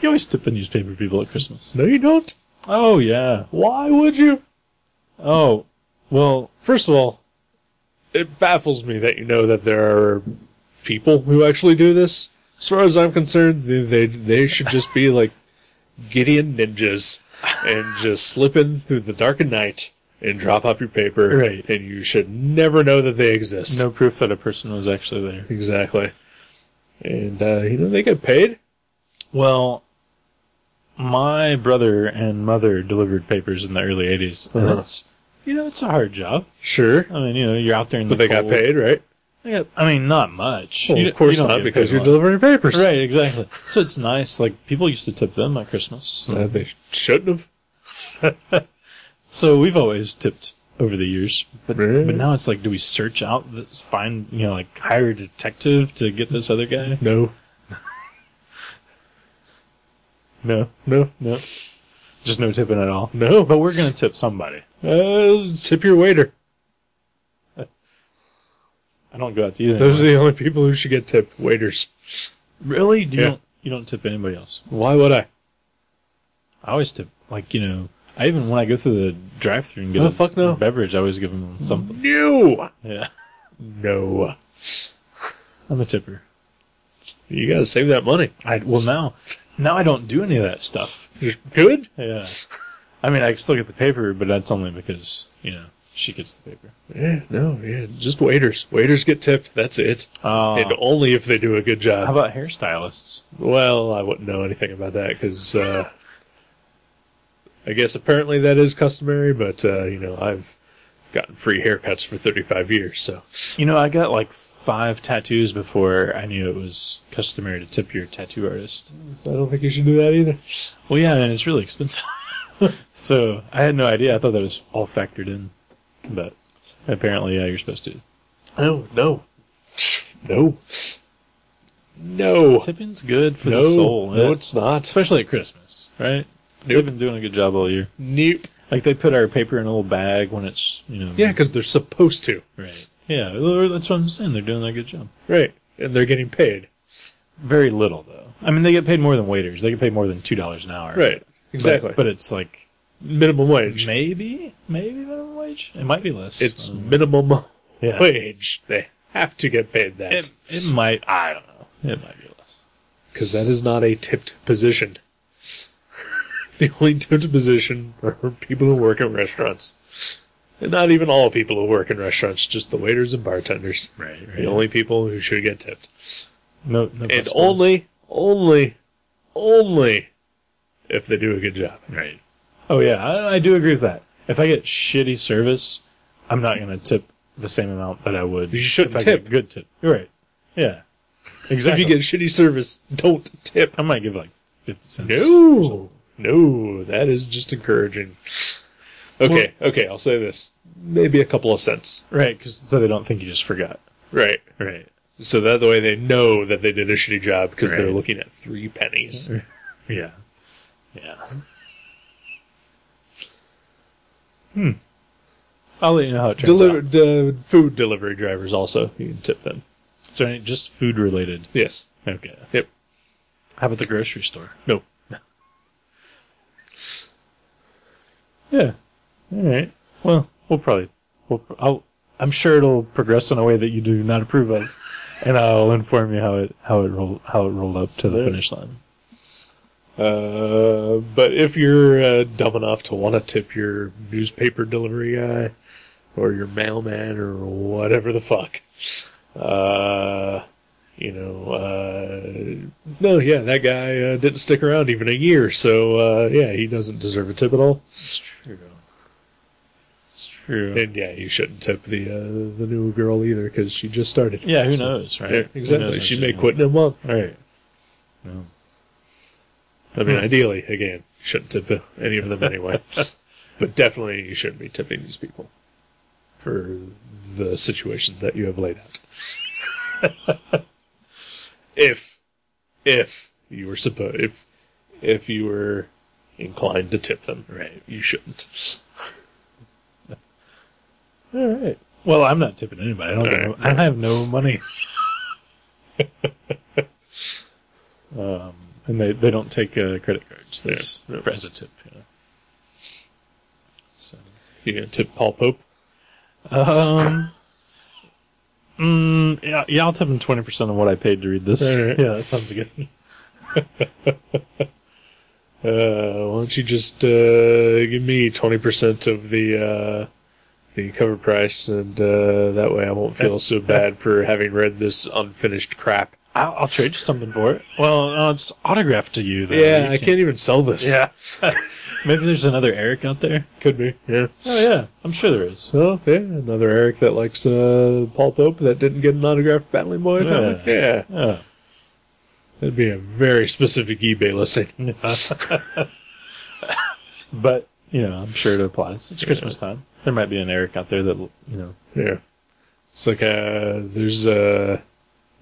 Speaker 2: you always tip the newspaper people at christmas
Speaker 1: No, you don't.
Speaker 2: oh yeah
Speaker 1: Why would you?
Speaker 2: oh well
Speaker 1: First of all, it baffles me that you know that there are people who actually do this. As far as I'm concerned, they they, they should just be like Gideon ninjas and just slip in through the darkened night and drop off your paper.
Speaker 2: Right.
Speaker 1: And you should never know that they exist.
Speaker 2: no proof that a person was actually there
Speaker 1: Exactly. And uh, you know they get paid.
Speaker 2: Well, my brother and mother delivered papers in the early 80s. And
Speaker 1: Uh-huh.
Speaker 2: it's, you know, it's a hard job.
Speaker 1: Sure.
Speaker 2: I mean, you know, you're out there in
Speaker 1: But
Speaker 2: the
Speaker 1: they got
Speaker 2: cold.
Speaker 1: paid, right?
Speaker 2: They got- I mean, not much.
Speaker 1: Well,
Speaker 2: You
Speaker 1: of
Speaker 2: don't-
Speaker 1: course
Speaker 2: you don't
Speaker 1: not,
Speaker 2: get
Speaker 1: because
Speaker 2: paid
Speaker 1: you're
Speaker 2: a lot.
Speaker 1: delivering papers.
Speaker 2: Right, exactly. so it's nice. Like, people used to tip them at Christmas.
Speaker 1: Uh, they shouldn't have.
Speaker 2: So we've always tipped over the years. But,
Speaker 1: Right.
Speaker 2: but now it's like, do we search out, the, find, you know, like, hire a detective to get this other guy?
Speaker 1: No.
Speaker 2: No.
Speaker 1: No.
Speaker 2: No. Just no tipping at all.
Speaker 1: No.
Speaker 2: But we're going to tip somebody.
Speaker 1: Uh, tip your waiter.
Speaker 2: I don't go out to eat anymore.
Speaker 1: Those are the only people who should get tipped. Waiters.
Speaker 2: Really? You
Speaker 1: Yeah.
Speaker 2: don't you don't tip anybody else?
Speaker 1: Why would I?
Speaker 2: I always tip, like, you know, I even when I go through the drive through and get
Speaker 1: No,
Speaker 2: a
Speaker 1: fuck no. Mm-hmm.
Speaker 2: beverage, I always give them something.
Speaker 1: No,
Speaker 2: Yeah.
Speaker 1: no.
Speaker 2: I'm a tipper.
Speaker 1: You gotta save that money.
Speaker 2: I, well, now, now I don't do any of that stuff.
Speaker 1: Just good.
Speaker 2: Yeah. I mean, I still get the paper, but that's only because, you know, she gets the paper.
Speaker 1: Yeah, no, yeah. Just waiters. Waiters get tipped. That's it.
Speaker 2: Uh,
Speaker 1: and only if they do a good job.
Speaker 2: how about hairstylists?
Speaker 1: Well, I wouldn't know anything about that because uh, I guess apparently that is customary, but uh, you know I've gotten free haircuts for 35 years, so
Speaker 2: You know, I got like five tattoos before I knew it was customary to tip your tattoo artist.
Speaker 1: I don't think you should do that either.
Speaker 2: Well, yeah, and it's really expensive. *laughs* so I had no idea. I thought that was all factored in, but apparently, yeah, you're supposed to.
Speaker 1: No, no, no, no,
Speaker 2: Tipping's good for
Speaker 1: no,
Speaker 2: the soul,
Speaker 1: no,
Speaker 2: eh?
Speaker 1: it's not.
Speaker 2: especially at Christmas, right? They've been doing a good job all year.
Speaker 1: Nope.
Speaker 2: Like they put our paper in a little bag when it's you know
Speaker 1: Yeah, because they're supposed to,
Speaker 2: right yeah well, that's what I'm saying. They're doing a good job.
Speaker 1: right? And they're getting paid,
Speaker 2: Very little though. I mean, they get paid more than waiters. They get paid more than two dollars an hour.
Speaker 1: right?
Speaker 2: But-
Speaker 1: Exactly.
Speaker 2: but it's like
Speaker 1: minimum wage.
Speaker 2: Maybe, maybe minimum wage. It might be less.
Speaker 1: It's
Speaker 2: Um,
Speaker 1: minimum
Speaker 2: yeah.
Speaker 1: wage. They have to get paid that.
Speaker 2: It, it might. I don't know. It might be less.
Speaker 1: because that is not a tipped position. *laughs* the only tipped position are people who work in restaurants. And not even all people who work in restaurants, just the waiters and bartenders.
Speaker 2: Right.
Speaker 1: The only people who should get tipped.
Speaker 2: no. no
Speaker 1: and
Speaker 2: plus
Speaker 1: only, only, only if they do a good job.
Speaker 2: bonus. Right. Oh yeah, I, I do agree with that. If I get shitty service, I'm not gonna tip the same amount that I would.
Speaker 1: You shouldn't
Speaker 2: if I get
Speaker 1: tip.
Speaker 2: good tip. You're right. Yeah.
Speaker 1: If
Speaker 2: Exactly.
Speaker 1: you get shitty service, don't tip.
Speaker 2: I might give like fifty cents.
Speaker 1: No, no, that is just encouraging. Okay, okay, I'll say this. Maybe a couple of cents.
Speaker 2: Right, because so they don't think you just forgot.
Speaker 1: Right.
Speaker 2: Right.
Speaker 1: So that way they know that they did a shitty job because they're
Speaker 2: Right.
Speaker 1: looking at three pennies.
Speaker 2: Yeah. Yeah. hmm. Hmm. I'll let you know how it turns
Speaker 1: Deliver
Speaker 2: out.
Speaker 1: uh, food delivery drivers also you can tip them.
Speaker 2: So any- just food related.
Speaker 1: Yes.
Speaker 2: Okay.
Speaker 1: Yep.
Speaker 2: How about the grocery store?
Speaker 1: No.
Speaker 2: Yeah. All right. Well, we'll probably. We'll, I'll, I'm sure it'll progress in a way that you do not approve
Speaker 1: *laughs*
Speaker 2: of, and I'll inform you how it how it roll how it rolled up to the
Speaker 1: Yeah.
Speaker 2: finish line.
Speaker 1: Uh, but if you're uh, dumb enough to want to tip your newspaper delivery guy or your mailman or whatever the fuck, uh, you know, uh, no, yeah, that guy uh, didn't stick around even a year, so uh, yeah, he doesn't deserve a tip at all.
Speaker 2: It's true. It's true.
Speaker 1: And yeah, you shouldn't tip the uh, the new girl either because she just started.
Speaker 2: yeah. Who
Speaker 1: So-
Speaker 2: knows, right?
Speaker 1: Yeah,
Speaker 2: Who
Speaker 1: exactly.
Speaker 2: knows
Speaker 1: She
Speaker 2: what
Speaker 1: may
Speaker 2: doing.
Speaker 1: quit in a month.
Speaker 2: Right. No.
Speaker 1: I mean,
Speaker 2: Hmm.
Speaker 1: ideally, again, shouldn't tip any of them anyway. but definitely, you shouldn't be tipping these people for the situations that you have laid out. *laughs* if if you were supposed if if you were inclined to tip them,
Speaker 2: Right.
Speaker 1: you shouldn't.
Speaker 2: All right. Well, I'm not tipping anybody. I don't.
Speaker 1: All
Speaker 2: get
Speaker 1: right.
Speaker 2: no- I have no
Speaker 1: *laughs*
Speaker 2: money. um, and they, they don't take uh, credit cards. That's
Speaker 1: Yeah.
Speaker 2: for- as a tip. You know. So,
Speaker 1: You gonna tip Paul Pope?
Speaker 2: um, mm, yeah, yeah, I'll tip them twenty percent of what I paid to read this.
Speaker 1: All right.
Speaker 2: Yeah, that sounds good.
Speaker 1: Uh, why don't you just uh, give me twenty percent of the uh, the cover price, and uh, that way I won't feel so bad for having read this unfinished crap.
Speaker 2: I'll, I'll trade you something for it. Well, uh, it's autographed to you. Though.
Speaker 1: yeah,
Speaker 2: You
Speaker 1: Uh, I can't even sell this.
Speaker 2: Yeah. Maybe there's another Eric out there.
Speaker 1: could be. Yeah.
Speaker 2: Oh yeah, I'm sure there is.
Speaker 1: So yeah, another Eric that likes uh, Paul Pope that didn't get an autographed Battling Boy
Speaker 2: Yeah.
Speaker 1: comic. Yeah,
Speaker 2: Yeah.
Speaker 1: that'd be a very specific eBay listing.
Speaker 2: *laughs* but you know, I'm sure it applies. It's Christmas time. There might be an Eric out there that you know.
Speaker 1: Yeah. It's like uh, there's uh,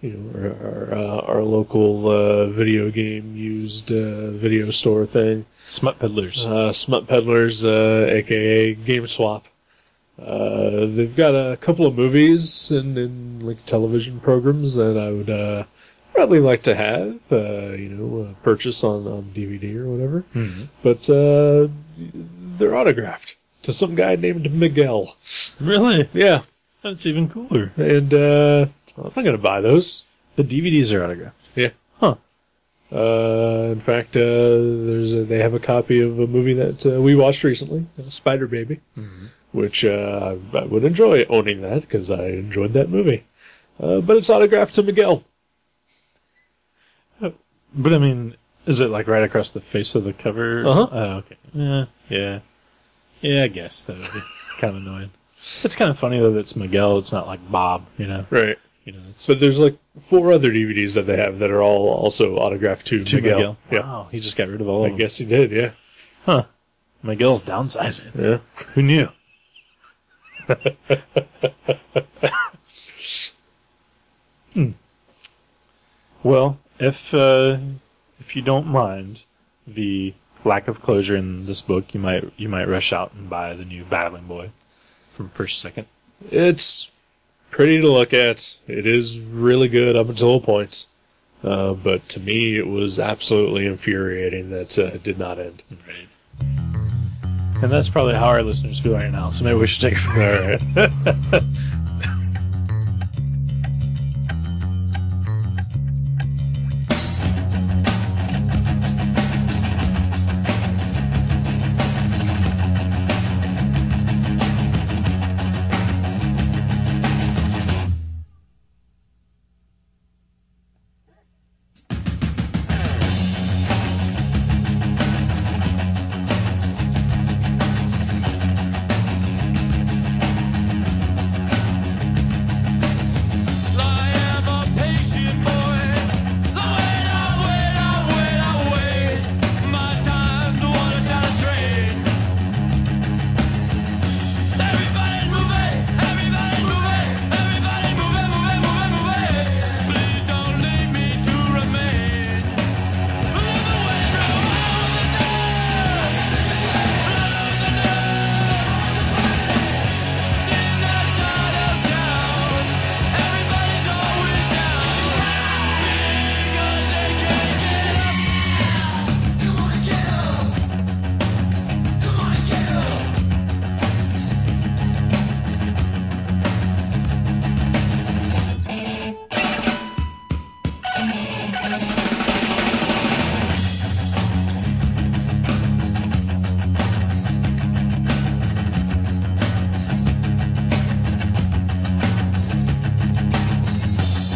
Speaker 1: you know our our, uh, our local uh, video game used uh, video store thing,
Speaker 2: Smut peddlers.
Speaker 1: uh, Smut Peddlers, uh, aka Game Swap. Uh, they've got a couple of movies and, and like television programs that I would uh, probably like to have, uh, you know, uh, purchase on, on DVD or whatever.
Speaker 2: Mm-hmm.
Speaker 1: But uh, they're autographed to some guy named Miguel.
Speaker 2: Really?
Speaker 1: Yeah,
Speaker 2: That's even cooler.
Speaker 1: and uh, I'm not gonna buy those.
Speaker 2: The DVDs are autographed.
Speaker 1: Uh, in fact, uh, there's a, they have a copy of a movie that uh, we watched recently, Spider Baby, which uh, I, I would enjoy owning that because I enjoyed that movie. Uh, but it's autographed to Miguel.
Speaker 2: But I mean, is it like right across the face of the cover?
Speaker 1: Uh-huh.
Speaker 2: Oh, okay. Yeah, yeah, yeah. I guess that would be *laughs* kind of annoying. It's kind of funny though that it's Miguel. It's not like Bob. You know.
Speaker 1: Right.
Speaker 2: You know. It's
Speaker 1: But there's like four other DVDs that they have that are all also autographed to,
Speaker 2: to Miguel.
Speaker 1: Miguel. Yeah,
Speaker 2: Wow. He just got rid of all
Speaker 1: I
Speaker 2: of them.
Speaker 1: guess he did. Yeah.
Speaker 2: Huh. Miguel's downsizing.
Speaker 1: Yeah.
Speaker 2: Who knew? Hmm. Well, if uh, if you don't mind the lack of closure in this book, you might you might rush out and buy the new Battling Boy from first second.
Speaker 1: It's pretty to look at. It is really good up until a point. Uh, but to me, it was absolutely infuriating that uh, it did not end.
Speaker 2: Right. And that's probably how our listeners feel right now. So maybe we should take a break.
Speaker 1: All right.
Speaker 3: I am a patient boy. Though wait, I wait, I wait, I wait. My time to watch on a train. Everybody move it, everybody move it, everybody move it, move it, move it, move it. Please don't leave me to remain.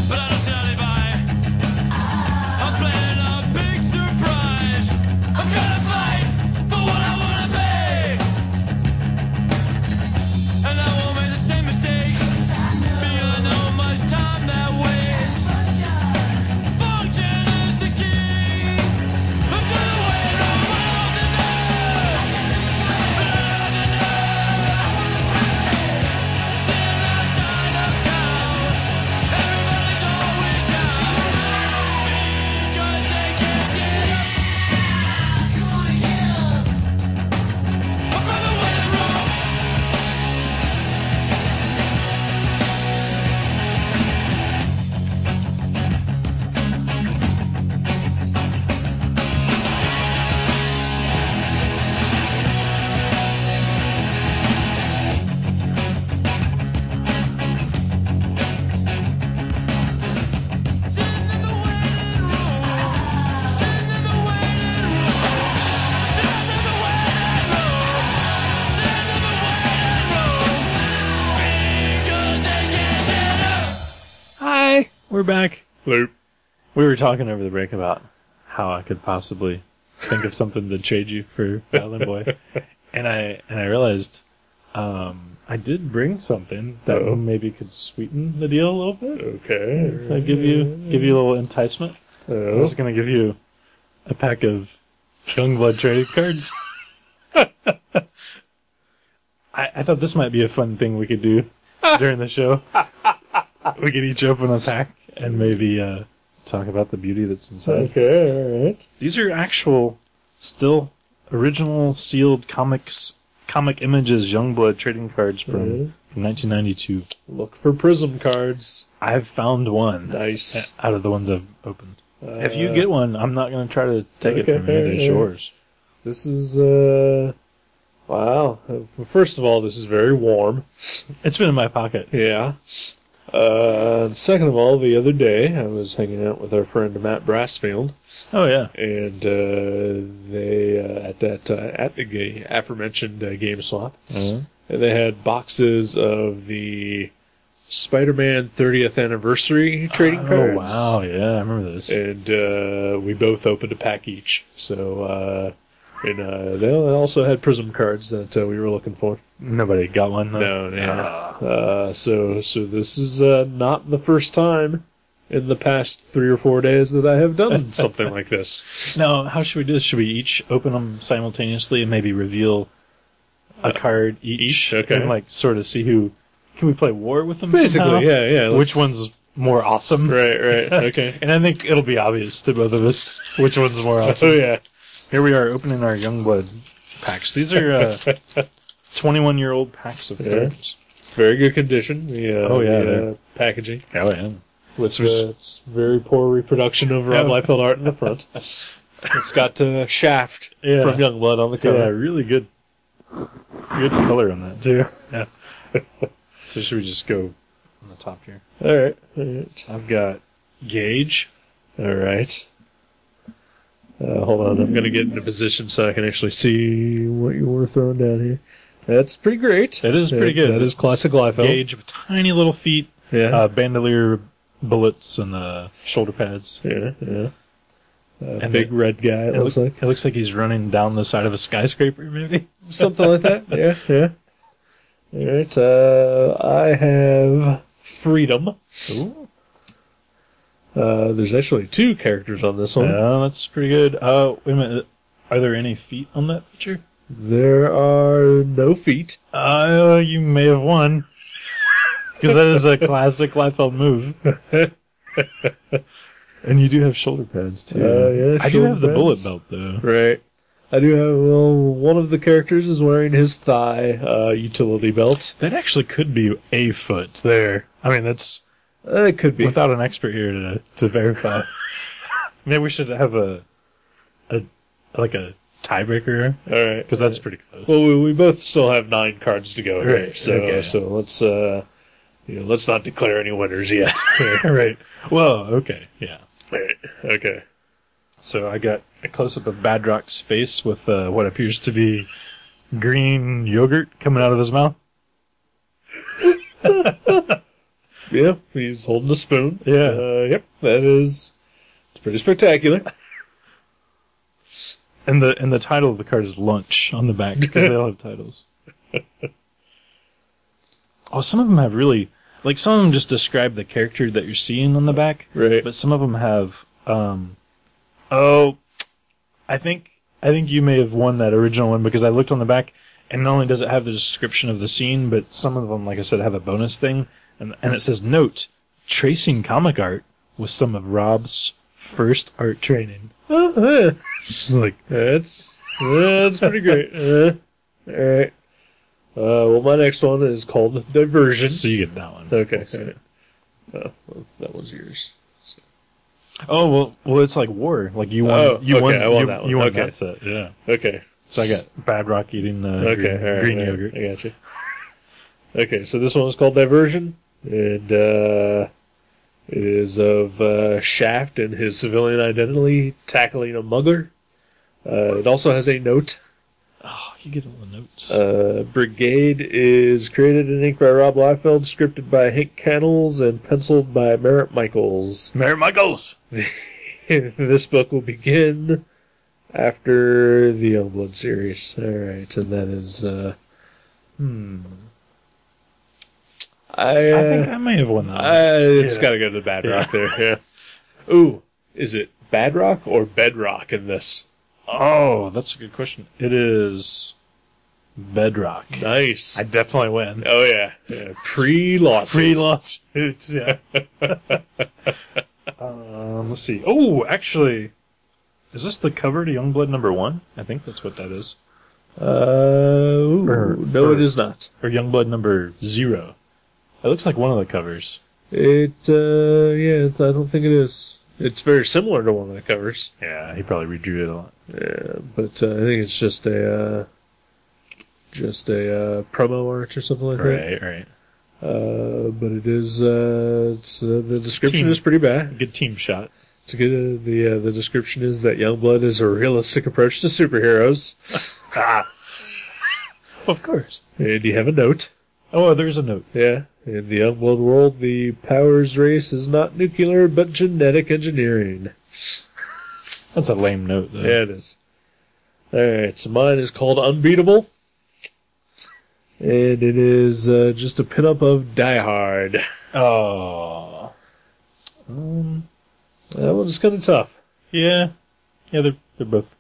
Speaker 3: But I don't see how they buy. I'm planning a big surprise. I'm gonna fight for what I wanna be. And I won't make the same mistakes. Beyond how much time that wastes. Function is the key. I'm gonna wait around and because they can't get up. I'm from the waiting room. Sitting in the waiting room. Sitting in the waiting room. Sitting in the waiting room. Sitting in the waiting room. Because they can't get up.
Speaker 2: Hi, we're back.
Speaker 1: Loop.
Speaker 2: We were talking over the break about how I could possibly think of something to trade you for Island Boy, and I and I realized um, I did bring something that
Speaker 1: Uh-oh.
Speaker 2: maybe could sweeten the deal a little bit.
Speaker 1: Okay.
Speaker 2: I give you give you a little enticement. I
Speaker 1: Oh.
Speaker 2: was going to give you a pack of Youngblood trading cards. *laughs* I, I thought this might be a fun thing we could do during the show. we could each open a pack and maybe uh, talk about the beauty that's inside.
Speaker 1: Okay, alright.
Speaker 2: These are actual, still original sealed comics, comic images, Youngblood trading cards from
Speaker 1: Mhm.
Speaker 2: from from 1992.
Speaker 1: Look for prism cards.
Speaker 2: I've found one
Speaker 1: Nice.
Speaker 2: Uh, out of the ones I've opened. if you
Speaker 1: Uh,
Speaker 2: get one, I'm not going to try to take it
Speaker 1: okay, Uh,
Speaker 2: from you.
Speaker 1: fair,
Speaker 2: It's
Speaker 1: yeah.
Speaker 2: yours.
Speaker 1: This is uh wow. Uh, First of all, this is very warm.
Speaker 2: It's been in my pocket.
Speaker 1: Yeah. Uh, and second of all, the other day I was hanging out with our friend Matt Brassfield,
Speaker 2: Oh yeah.
Speaker 1: and uh, they uh, at that uh, at the ga- aforementioned uh, game swap,
Speaker 2: Mm-hmm.
Speaker 1: and they had boxes of the Spider-Man 30th anniversary trading
Speaker 2: oh
Speaker 1: cards.
Speaker 2: wow, yeah, I remember those.
Speaker 1: and uh, we both opened a pack each. So, uh, and uh, they also had prism cards that uh, we were looking for.
Speaker 2: Nobody got one. Though.
Speaker 1: No, yeah.
Speaker 2: Ah.
Speaker 1: Uh, so, so this is uh, not the first time in the past three or four days that I
Speaker 2: *laughs*
Speaker 1: have done something like this.
Speaker 2: Now, how should we do this? Should we each open them simultaneously and maybe reveal a card each,
Speaker 1: Uh, each? Okay.
Speaker 2: and like sort of see who can we play war with them?
Speaker 1: Basically,
Speaker 2: somehow?
Speaker 1: yeah, yeah. let's-
Speaker 2: Which one's more awesome? *laughs*
Speaker 1: Right, right. Okay.
Speaker 2: And I think it'll be obvious to both of us which one's
Speaker 1: *laughs*
Speaker 2: more awesome.
Speaker 1: oh yeah.
Speaker 2: Here we are opening our Youngblood packs. These are uh, *laughs* 21 year old packs of
Speaker 1: Yeah.
Speaker 2: cards.
Speaker 1: Very good condition. The, uh,
Speaker 2: Oh, yeah,
Speaker 1: The,
Speaker 2: they're-
Speaker 1: uh, packaging.
Speaker 2: Oh, yeah.
Speaker 1: With
Speaker 2: was-
Speaker 1: uh, its very poor reproduction of Rob
Speaker 2: Yeah.
Speaker 1: Liefeld art in
Speaker 2: *laughs*
Speaker 1: the front. It's got uh, Shaft
Speaker 2: Yeah.
Speaker 1: from Youngblood on the cover.
Speaker 2: Yeah, really good. Good color on that, too. Yeah. so, should we just go on the top here?
Speaker 1: All right. All right.
Speaker 2: I've got Gage.
Speaker 1: All right. Uh, hold on. I'm going to get in a position so I can actually see what you were throwing down here. That's pretty great.
Speaker 2: That is pretty good.
Speaker 1: That is classic Liefeld.
Speaker 2: Gage with tiny little feet,
Speaker 1: Yeah.
Speaker 2: uh, bandolier bullets, and uh, shoulder pads.
Speaker 1: yeah. Yeah. Uh,
Speaker 2: and
Speaker 1: big
Speaker 2: it-
Speaker 1: red guy, it,
Speaker 2: It
Speaker 1: looks
Speaker 2: loo-
Speaker 1: like.
Speaker 2: it looks like he's running down the side of a skyscraper, maybe.
Speaker 1: Something like that. Yeah. *laughs* Yeah. All right. Uh, I have Freedom.
Speaker 2: Ooh.
Speaker 1: Uh, there's actually two characters on this one.
Speaker 2: Yeah, that's pretty good. Uh, wait a minute. Are there any feet on that picture?
Speaker 1: There are no feet.
Speaker 2: Uh, you may have won. Because that is a classic Liefeld
Speaker 1: *laughs*
Speaker 2: move. and you do have shoulder pads, too.
Speaker 1: Uh, yeah,
Speaker 2: I do
Speaker 1: shoulder
Speaker 2: have the
Speaker 1: pads.
Speaker 2: bullet belt, though.
Speaker 1: Right. I do have, well, one of the characters is wearing his thigh uh, utility belt.
Speaker 2: That actually could be a foot there. I mean, that's
Speaker 1: Uh, it could be.
Speaker 2: without an expert here to, to
Speaker 1: *laughs*
Speaker 2: verify. Maybe we should have a, a like a tiebreaker
Speaker 1: All right.
Speaker 2: because that's pretty close.
Speaker 1: Well, we, we both still have nine cards to go here,
Speaker 2: Right,
Speaker 1: so
Speaker 2: okay.
Speaker 1: so let's uh, you know, let's not declare any winners yet.
Speaker 2: *laughs* right. Well, okay, yeah.
Speaker 1: right. Okay.
Speaker 2: So I got a close up of Badrock's face with uh, what appears to be green yogurt coming out of his mouth.
Speaker 1: Yeah, he's holding a spoon.
Speaker 2: Yeah.
Speaker 1: Uh, yep. That is. It's pretty spectacular.
Speaker 2: And the and the title of the card is Lunch on the back because they all have titles. Oh, some of them have really like some of them just describe the character that you're seeing on the back,
Speaker 1: Right.
Speaker 2: but some of them have um oh I think I think you may have won that original one because I looked on the back and not only does it have the description of the scene, but some of them like I said have a bonus thing and and it says note tracing comic art was some of Rob's first art training.
Speaker 1: Uh,
Speaker 2: like
Speaker 1: That's that's pretty great. Uh, all right. Uh, well, my next one is called Diversion.
Speaker 2: So you get that one.
Speaker 1: Okay.
Speaker 2: So-
Speaker 1: alright. Oh, well, that was yours.
Speaker 2: Oh well, well it's like war. Like you won.
Speaker 1: Oh,
Speaker 2: you
Speaker 1: okay,
Speaker 2: won.
Speaker 1: I won
Speaker 2: you,
Speaker 1: that one.
Speaker 2: You won
Speaker 1: Okay.
Speaker 2: that set. Yeah.
Speaker 1: Okay.
Speaker 2: So I got Bad Rock eating uh,
Speaker 1: okay.
Speaker 2: green,
Speaker 1: all right,
Speaker 2: green
Speaker 1: all right,
Speaker 2: yogurt.
Speaker 1: I got you. Okay, so this one is called Diversion, and uh, it is of uh, Shaft and his civilian identity tackling a muggler. Uh, it also has a note.
Speaker 2: Oh, you get all the notes.
Speaker 1: Uh, Brigade is created in ink by Rob Liefeld, scripted by Hank Cannells, and penciled by Merritt Michaels. *laughs*
Speaker 2: Mary Michaels.
Speaker 1: this book will begin after the Youngblood series. All right, and that is. Uh,
Speaker 2: Hmm.
Speaker 1: I,
Speaker 2: I think I may have won that. one.
Speaker 1: Uh, it's
Speaker 2: Yeah.
Speaker 1: got to go to Bad
Speaker 2: Yeah.
Speaker 1: Rock there. Yeah. *laughs* Ooh, is it Bad Rock or Bedrock in this?
Speaker 2: oh, that's a good question. It is Bedrock.
Speaker 1: Nice.
Speaker 2: I definitely win. Oh,
Speaker 1: oh yeah, yeah. pre losses.
Speaker 2: Free lawsuits. *laughs* Yeah. um, let's see. Oh, actually, is this the cover to Youngblood number one? I think that's what that is.
Speaker 1: Uh, ooh,
Speaker 2: cover? Or,
Speaker 1: no,
Speaker 2: or,
Speaker 1: it is not.
Speaker 2: Or Youngblood number zero. That looks like one of the covers.
Speaker 1: It, uh, yeah, I don't think it is. It's very similar to one of the covers,
Speaker 2: Yeah, he probably redrew it a lot.
Speaker 1: yeah, but uh, I think it's just a, uh, just a uh, promo art or something like that.
Speaker 2: Right, right.
Speaker 1: Uh, but it is, uh, it's, uh, the description
Speaker 2: Team.
Speaker 1: is pretty bad.
Speaker 2: Good team shot.
Speaker 1: It's good. Uh, the uh, the description is that Youngblood is a realistic approach to superheroes,
Speaker 2: Of course.
Speaker 1: and you have a note.
Speaker 2: Oh, there's a note.
Speaker 1: Yeah. In the Youngblood world, the powers race is not nuclear but genetic engineering.
Speaker 2: That's a lame note, though.
Speaker 1: Yeah, it is. Alright, so mine is called Unbeatable. And it is uh, just a pinup of Die Hard.
Speaker 2: Oh. Um,
Speaker 1: That one's kind of tough.
Speaker 2: yeah. Yeah, they're, they're both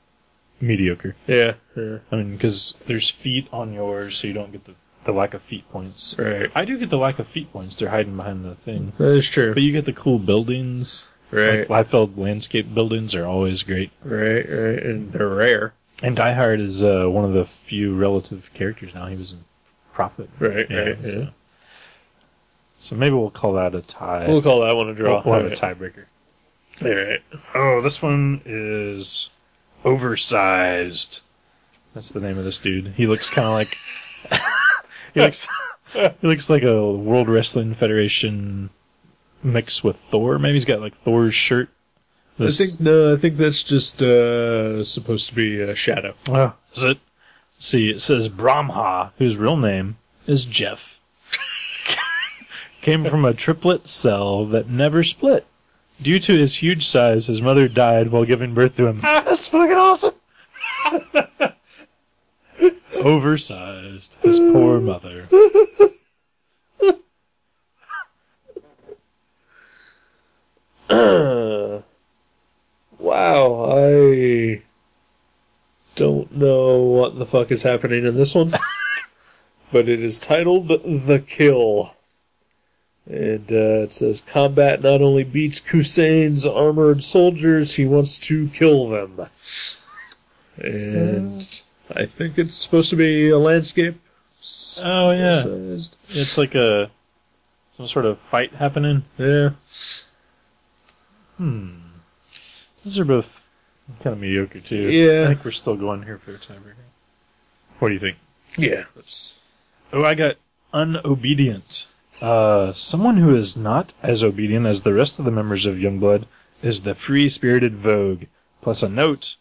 Speaker 2: mediocre.
Speaker 1: Yeah, yeah.
Speaker 2: I mean, because there's feet on yours, so you don't get the, the lack of feet points.
Speaker 1: Right.
Speaker 2: I do get the lack of feet points. They're hiding behind the thing.
Speaker 1: That is true.
Speaker 2: But you get the cool buildings.
Speaker 1: Right,
Speaker 2: Like, Liefeld landscape buildings are always great.
Speaker 1: right, right. And they're rare.
Speaker 2: And Die Hard is uh, one of the few relative characters now. He was in Prophet.
Speaker 1: Right,
Speaker 2: Yeah,
Speaker 1: right.
Speaker 2: so.
Speaker 1: yeah.
Speaker 2: So maybe we'll call that a tie.
Speaker 1: We'll call that one a draw.
Speaker 2: We'll have a
Speaker 1: Alright.
Speaker 2: tiebreaker.
Speaker 1: Alright.
Speaker 2: Oh, this one is oversized. That's the name of this dude. He looks kind of like *laughs* he looks he looks like a World Wrestling Federation mix with Thor. Maybe he's got like Thor's shirt.
Speaker 1: I
Speaker 2: This-
Speaker 1: think no. I think that's just uh, supposed to be a shadow.
Speaker 2: Oh, is it? See, it says Brahma, whose real name is Jeff. Came from a triplet cell that never split. Due to his huge size, his mother died while giving birth to him. Ah, That's fucking awesome! Oversized, his poor mother.
Speaker 1: Uh, wow, I don't know what the fuck is happening in this one, *laughs* but it is titled "The Kill," and uh, it says combat not only beats Kusain's armored soldiers, he wants to kill them, and I think it's supposed to be a landscape.
Speaker 2: Oh, yeah.
Speaker 1: sized.
Speaker 2: It's like a. some sort of fight happening.
Speaker 1: yeah.
Speaker 2: Hmm. These are both kind of mediocre too.
Speaker 1: Yeah.
Speaker 2: I think we're still going here for a tiebreaker. What do you think?
Speaker 1: Yeah, that's
Speaker 2: Oh, I got unobedient. Uh, someone who is not as obedient as the rest of the members of Youngblood is the free-spirited Vogue. Plus a note: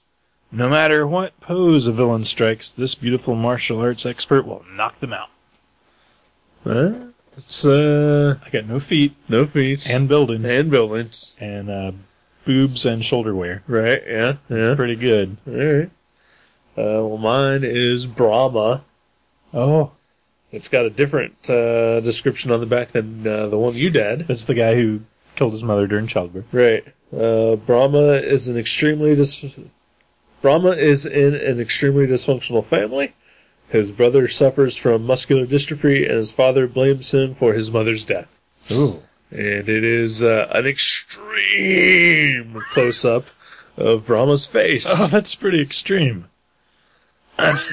Speaker 2: no matter what pose a villain strikes, this beautiful martial arts expert will knock them out.
Speaker 1: uh, it's uh
Speaker 2: I got no feet
Speaker 1: no feet
Speaker 2: and buildings and,
Speaker 1: and buildings,
Speaker 2: uh, boobs and shoulder wear.
Speaker 1: right? Yeah, yeah.
Speaker 2: It's pretty good.
Speaker 1: All right. Uh, well, mine is Brahma.
Speaker 2: Oh,
Speaker 1: It's got a different uh, description on the back than uh, the one you did.
Speaker 2: that's the guy who killed his mother during childbirth.
Speaker 1: Right. Uh, Brahma is an extremely dis- Brahma is in an extremely dysfunctional family. His brother suffers from muscular dystrophy, and his father blames him for his mother's death.
Speaker 2: Ooh.
Speaker 1: And it is uh, an extreme close up of Brahma's face.
Speaker 2: *laughs* Oh, that's pretty extreme. That's,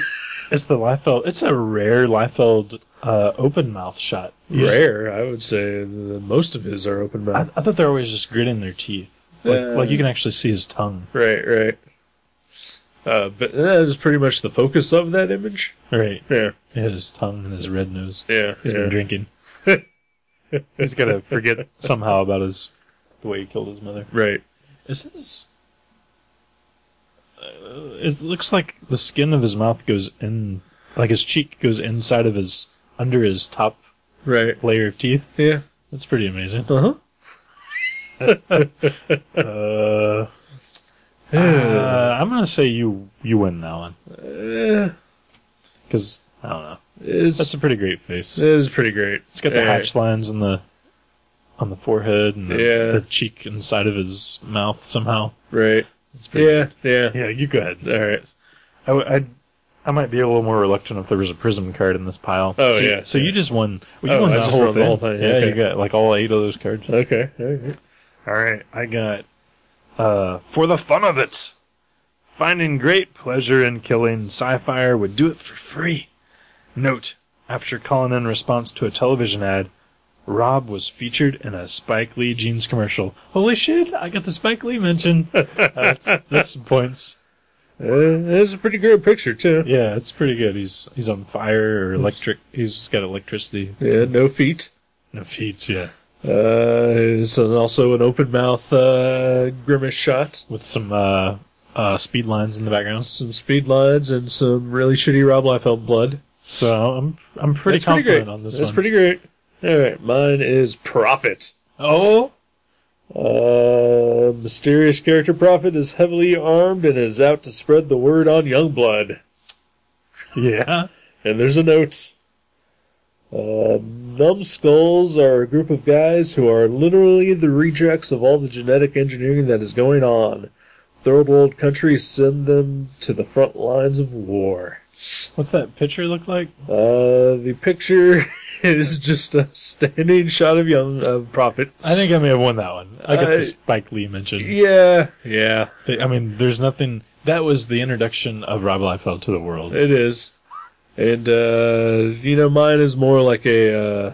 Speaker 2: it's the Liefeld. It's a rare Liefeld uh, open mouth shot. You just-
Speaker 1: Rare, I would say. that most of his are open
Speaker 2: I,
Speaker 1: mouth.
Speaker 2: I thought they're always just gritting their teeth. Like,
Speaker 1: Yeah.
Speaker 2: like you can actually see his tongue.
Speaker 1: right, right. Uh, but that is pretty much the focus of that image.
Speaker 2: Right.
Speaker 1: Yeah,
Speaker 2: He has his tongue and his red nose.
Speaker 1: yeah,
Speaker 2: He's been
Speaker 1: yeah.
Speaker 2: drinking. He's got to forget somehow about his the way he killed his mother.
Speaker 1: *laughs* Right.
Speaker 2: Is his? Uh, it looks like the skin of his mouth goes in, like his cheek goes inside of his under his top
Speaker 1: Right.
Speaker 2: layer of teeth.
Speaker 1: Yeah.
Speaker 2: That's pretty amazing.
Speaker 1: Uh huh.
Speaker 2: Uh,
Speaker 1: Yeah.
Speaker 2: I'm gonna say you you win that one
Speaker 1: Eh,
Speaker 2: because I don't know.
Speaker 1: it's
Speaker 2: That's a pretty great face.
Speaker 1: it is pretty great.
Speaker 2: It's got the
Speaker 1: Eh,
Speaker 2: hatch lines in the on the forehead and the,
Speaker 1: Yeah.
Speaker 2: the cheek inside of his mouth somehow.
Speaker 1: Right.
Speaker 2: It's pretty.
Speaker 1: Yeah. Yeah.
Speaker 2: yeah. You go ahead.
Speaker 1: All right.
Speaker 2: I, w- I'd- I might be a little more reluctant if there was a prism card in this pile.
Speaker 1: Oh,
Speaker 2: so,
Speaker 1: yeah,
Speaker 2: So
Speaker 1: yeah.
Speaker 2: you just won. well, you
Speaker 1: Oh,
Speaker 2: won
Speaker 1: I
Speaker 2: that
Speaker 1: just
Speaker 2: whole,
Speaker 1: won the
Speaker 2: thing.
Speaker 1: whole thing,
Speaker 2: Yeah,
Speaker 1: okay.
Speaker 2: you got like all eight of those cards.
Speaker 1: Okay. all right.
Speaker 2: All right, I got uh, for the fun of it. Finding great pleasure in killing sci-fi would do it for free. Note: After calling in response to a television ad, Rob was featured in a Spike Lee jeans commercial. Holy shit! I got the Spike Lee mention. that's, that's some points.
Speaker 1: Uh, it's a pretty great picture too.
Speaker 2: Yeah, it's pretty good. He's he's on fire or electric. He's got electricity.
Speaker 1: Yeah, no feet.
Speaker 2: No feet. Yeah,
Speaker 1: Uh, it's an- also an open mouth uh, grimace shot.
Speaker 2: with some uh, uh, speed lines in the background.
Speaker 1: Some speed lines and some really shitty Rob Liefeld blood.
Speaker 2: So I'm I'm pretty
Speaker 1: That's
Speaker 2: confident
Speaker 1: great.
Speaker 2: on this
Speaker 1: That's
Speaker 2: one.
Speaker 1: pretty great. All right, mine is Prophet.
Speaker 2: oh,
Speaker 1: Uh, mysterious character Prophet is heavily armed and is out to spread the word on Youngblood.
Speaker 2: yeah.
Speaker 1: And there's a note. Uh, numbskulls are a group of guys who are literally the rejects of all the genetic engineering that is going on. Third world countries send them to the front lines of war.
Speaker 2: What's that picture look like?
Speaker 1: Uh, the picture *laughs* is just a standing shot of young of Prophet.
Speaker 2: I think I may have won that one. I got
Speaker 1: Uh,
Speaker 2: the Spike Lee mention.
Speaker 1: Yeah, yeah,
Speaker 2: They- I mean, there's nothing. That was the introduction of Rob Liefeld to the world.
Speaker 1: it is. And uh, you know, mine is more like a uh,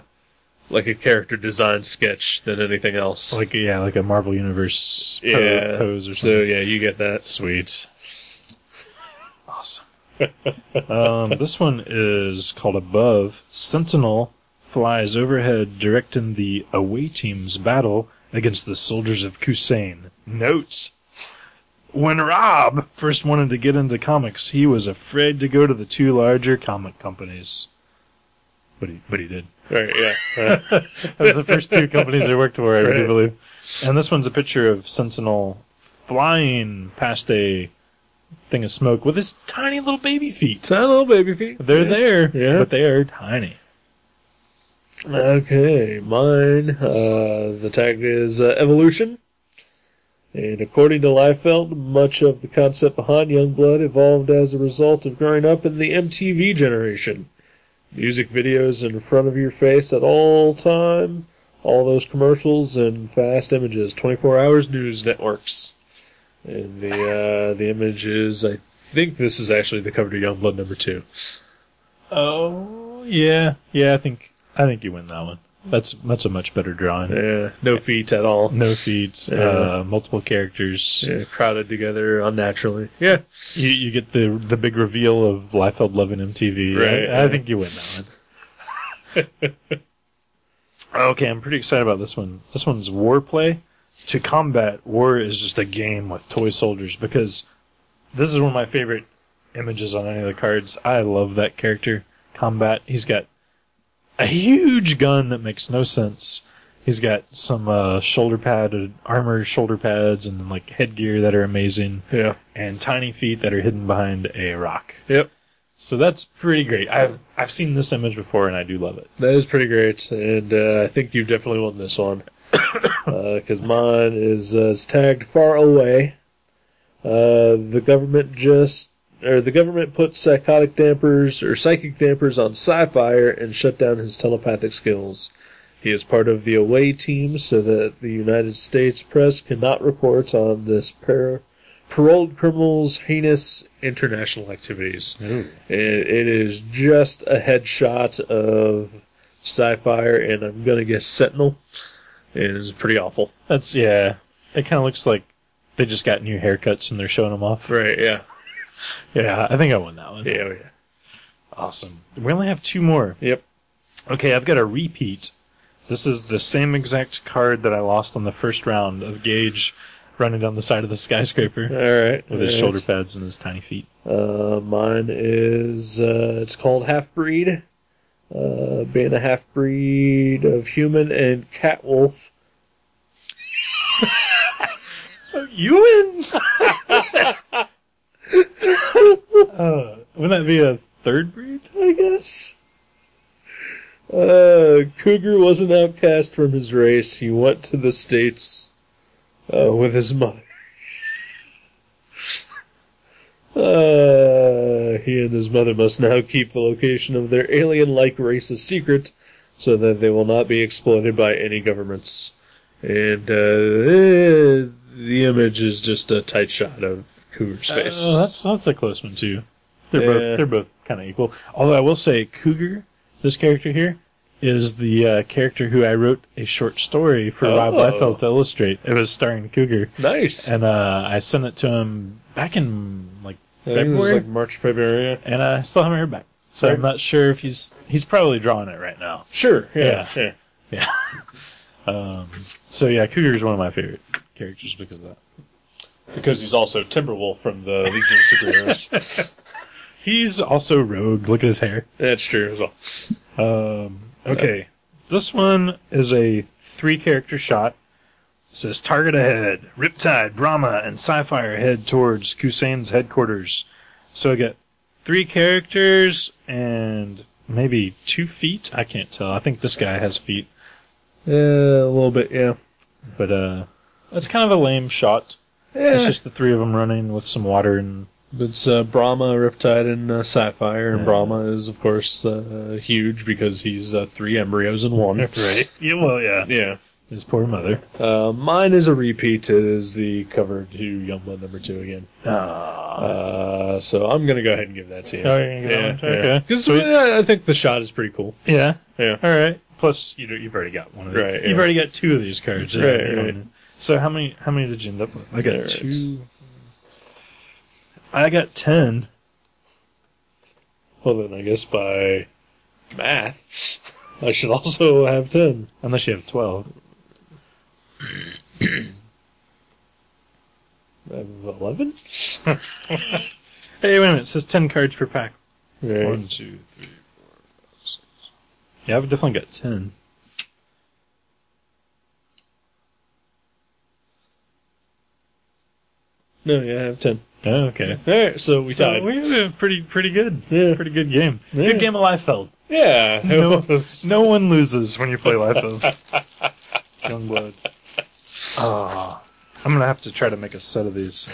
Speaker 1: like a character design sketch than anything else.
Speaker 2: Like yeah, like a Marvel Universe po-
Speaker 1: yeah.
Speaker 2: pose or
Speaker 1: So
Speaker 2: something.
Speaker 1: yeah, you get that.
Speaker 2: Sweet. Awesome. *laughs* um, this one is called Above. Sentinel flies overhead, directing the away team's battle against the soldiers of Kusain. Notes. When Rob first wanted to get into comics, he was afraid to go to the two larger comic companies. But he, but he did.
Speaker 1: Right, yeah. Uh,
Speaker 2: That was the first two companies I worked for, I do
Speaker 1: Right.
Speaker 2: believe. And this one's a picture of Sentinel flying past a thing of smoke with his tiny little baby feet.
Speaker 1: tiny little baby feet.
Speaker 2: They're there,
Speaker 1: Yeah.
Speaker 2: but they are tiny.
Speaker 1: Okay, mine. Uh, the tag is uh, evolution. And according to Liefeld, much of the concept behind Youngblood evolved as a result of growing up in the MTV generation. Music videos in front of your face at all time, all those commercials and fast images, 24 hours news networks. And the uh, the image is, I think this is actually the cover to Youngblood number two.
Speaker 2: Oh yeah, yeah. I think I think you win that one. That's that's a much better drawing.
Speaker 1: Yeah, Eh, no feet at all.
Speaker 2: No feet,
Speaker 1: Yeah.
Speaker 2: uh, multiple characters.
Speaker 1: Yeah, crowded together unnaturally. Yeah.
Speaker 2: You, you get the the big reveal of Liefeld loving MTV.
Speaker 1: Right,
Speaker 2: I, I
Speaker 1: yeah.
Speaker 2: think you win that one. *laughs* okay, I'm pretty excited about this one. This one's war play. To combat, war is just a game with toy soldiers because this is one of my favorite images on any of the cards. I love that character. Combat. He's got a huge gun that makes no sense. He's got some uh, shoulder pad, uh, armor shoulder pads, and like headgear that are amazing
Speaker 1: Yeah.
Speaker 2: and tiny feet that are hidden behind a rock.
Speaker 1: Yep.
Speaker 2: So that's pretty great. I've I've seen this image before and I do love it.
Speaker 1: That is pretty great, and uh, I think you definitely won this one *coughs* because mine is, uh, is tagged far away. Uh, the government just or the government put psychotic dampers or psychic dampers on Sci-Fire and shut down his telepathic skills. He is part of the away team so that the United States press cannot report on this par- paroled criminal's heinous international activities. It, it is just a headshot of Sapphire, and I'm gonna guess Sentinel. It is pretty awful.
Speaker 2: That's yeah. It kind of looks like they just got new haircuts and they're showing them off.
Speaker 1: Right? Yeah.
Speaker 2: Yeah, I think I won that one.
Speaker 1: Yeah. oh, yeah.
Speaker 2: Awesome. We only have two more.
Speaker 1: Yep.
Speaker 2: Okay, I've got a repeat. This is the same exact card that I lost on the first round of Gage running down the side of the skyscraper
Speaker 1: All right.
Speaker 2: with his
Speaker 1: All
Speaker 2: shoulder
Speaker 1: right.
Speaker 2: pads and his tiny feet.
Speaker 1: Uh, mine is uh, it's called half breed. Uh, being a half breed of human and cat wolf.
Speaker 2: You win. *laughs* uh, wouldn't that be a third breed?
Speaker 1: I guess. Uh, Cougar was an outcast from his race. He went to the States uh, with his mother. uh, he and his mother must now keep the location of their alien like race a secret so that they will not be exploited by any governments. And uh, eh, the image is just a tight shot of Cougar's face.
Speaker 2: Oh, that's that's a close one too. They're
Speaker 1: Yeah.
Speaker 2: both they're both kind of equal. Although I will say Cougar, this character here, is the uh, character who I wrote a short story for Rob
Speaker 1: Oh.
Speaker 2: Liefeld to illustrate. It was starring Cougar,
Speaker 1: Nice.
Speaker 2: and uh, I sent it to him back in like
Speaker 1: I think it was
Speaker 2: February,
Speaker 1: like March, February. yeah.
Speaker 2: and I still haven't heard back. So
Speaker 1: Right.
Speaker 2: I'm not sure if he's he's probably drawing it right now.
Speaker 1: Sure. Yeah.
Speaker 2: Yeah.
Speaker 1: yeah.
Speaker 2: So yeah, Cougar is one of my favorite characters because of that.
Speaker 1: Because he's also Timberwolf from the Legion of Superheroes.
Speaker 2: He's also rogue. Look at his hair.
Speaker 1: *laughs* That's true as well. Um,
Speaker 2: Okay. This one is a three character shot. It says target ahead. Riptide, Brahma, and Sapphire head towards Kusain's headquarters. So I got three characters and maybe two feet. I can't tell. I think this guy has feet.
Speaker 1: Yeah, a little bit. Yeah.
Speaker 2: But uh that's kind of a lame shot.
Speaker 1: Yeah.
Speaker 2: It's just the three of them running with some water and
Speaker 1: It's uh, Brahma, Riptide, and uh, Sapphire, and
Speaker 2: Yeah.
Speaker 1: Brahma is, of course, uh, huge because he's uh, three embryos in one.
Speaker 2: Yeah, well, yeah.
Speaker 1: Yeah.
Speaker 2: His poor mother.
Speaker 1: Uh, mine is a repeat. It is the cover to Youngblood number two again.
Speaker 2: Ah.
Speaker 1: Uh, so I'm gonna go ahead and give that to you.
Speaker 2: Oh, you're gonna give
Speaker 1: yeah,
Speaker 2: that one? Okay.
Speaker 1: Because
Speaker 2: Sweet.
Speaker 1: I think the shot is pretty cool.
Speaker 2: yeah.
Speaker 1: Yeah.
Speaker 2: All right. Plus, you know, you've already got one of these.
Speaker 1: Right, yeah.
Speaker 2: You've already got two of these cards. yeah.
Speaker 1: Right,
Speaker 2: You don't
Speaker 1: right.
Speaker 2: need- So how many? How many did you end up with? I got
Speaker 1: There it is.
Speaker 2: two. I got ten.
Speaker 1: Well, then I guess by math, *laughs* I should also have ten.
Speaker 2: Unless you have twelve.
Speaker 1: I have eleven.
Speaker 2: Hey, wait a minute. It says ten cards per pack.
Speaker 1: Right.
Speaker 2: two, three, four, five, six. Yeah, I've definitely got ten.
Speaker 1: No, yeah, I have ten.
Speaker 2: Oh, okay.
Speaker 1: All right, so we
Speaker 2: So
Speaker 1: tied.
Speaker 2: we had a pretty, pretty good.
Speaker 1: Yeah.
Speaker 2: Pretty good game.
Speaker 1: Yeah.
Speaker 2: Good game of Liefeld.
Speaker 1: yeah.
Speaker 2: No, no one loses when you play *laughs* Liefeld. Youngblood. Ah, I'm gonna have to try to make a set of these.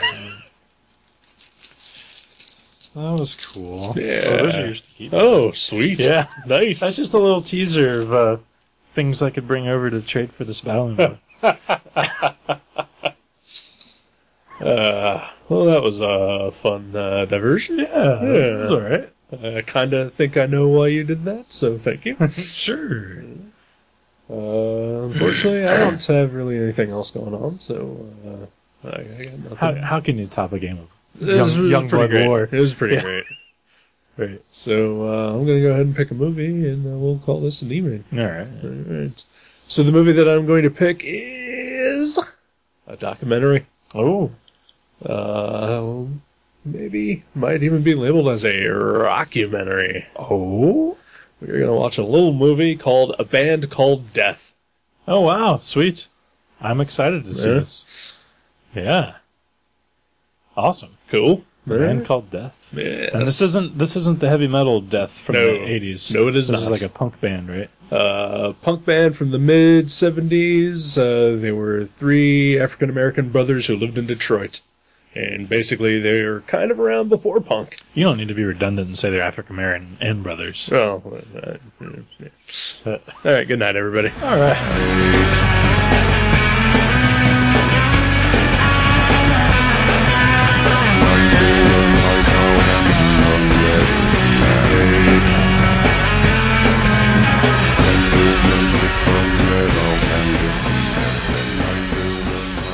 Speaker 2: that was cool. Oh, those
Speaker 1: Yeah.
Speaker 2: are yours to keep.
Speaker 1: *laughs* Oh, sweet.
Speaker 2: Yeah.
Speaker 1: Nice.
Speaker 2: That's just a little teaser of uh, things I could bring over to trade for this *laughs* battling mode.
Speaker 1: Uh, well, that was a fun uh, diversion.
Speaker 2: yeah, it was all right.
Speaker 1: I kind of think I know why you did that, so
Speaker 2: *laughs*
Speaker 1: thank you.
Speaker 2: Sure.
Speaker 1: uh, unfortunately, I don't have really anything else going on, so uh, I, I got nothing.
Speaker 2: How, how can you top a game of
Speaker 1: it was, it
Speaker 2: Young,
Speaker 1: was
Speaker 2: young
Speaker 1: pretty
Speaker 2: Blood
Speaker 1: great.
Speaker 2: War?
Speaker 1: It was pretty
Speaker 2: Yeah.
Speaker 1: *laughs* great.
Speaker 2: Right.
Speaker 1: So uh, I'm going to go ahead and pick a movie, and uh, we'll call this an evening.
Speaker 2: All right.
Speaker 1: All right. So the movie that I'm going to pick is a documentary.
Speaker 2: Oh,
Speaker 1: Uh, maybe might even be labeled as a rockumentary.
Speaker 2: oh,
Speaker 1: We're gonna watch a little movie called A Band Called Death.
Speaker 2: oh! Wow, sweet. I'm excited to see
Speaker 1: Yeah.
Speaker 2: this. Yeah. Awesome.
Speaker 1: Cool.
Speaker 2: Band called Death. And this isn't this isn't the heavy metal death from
Speaker 1: No.
Speaker 2: the eighties.
Speaker 1: No, it is
Speaker 2: this is
Speaker 1: not.
Speaker 2: like a punk band, right?
Speaker 1: uh, punk band from the mid '70s. Uh, they were three African American brothers who lived in Detroit, and basically they were kind of around before punk.
Speaker 2: You don't need to be redundant and say they're African American and brothers.
Speaker 1: Oh, uh, yeah. Uh, all right. Good night, everybody.
Speaker 2: All right.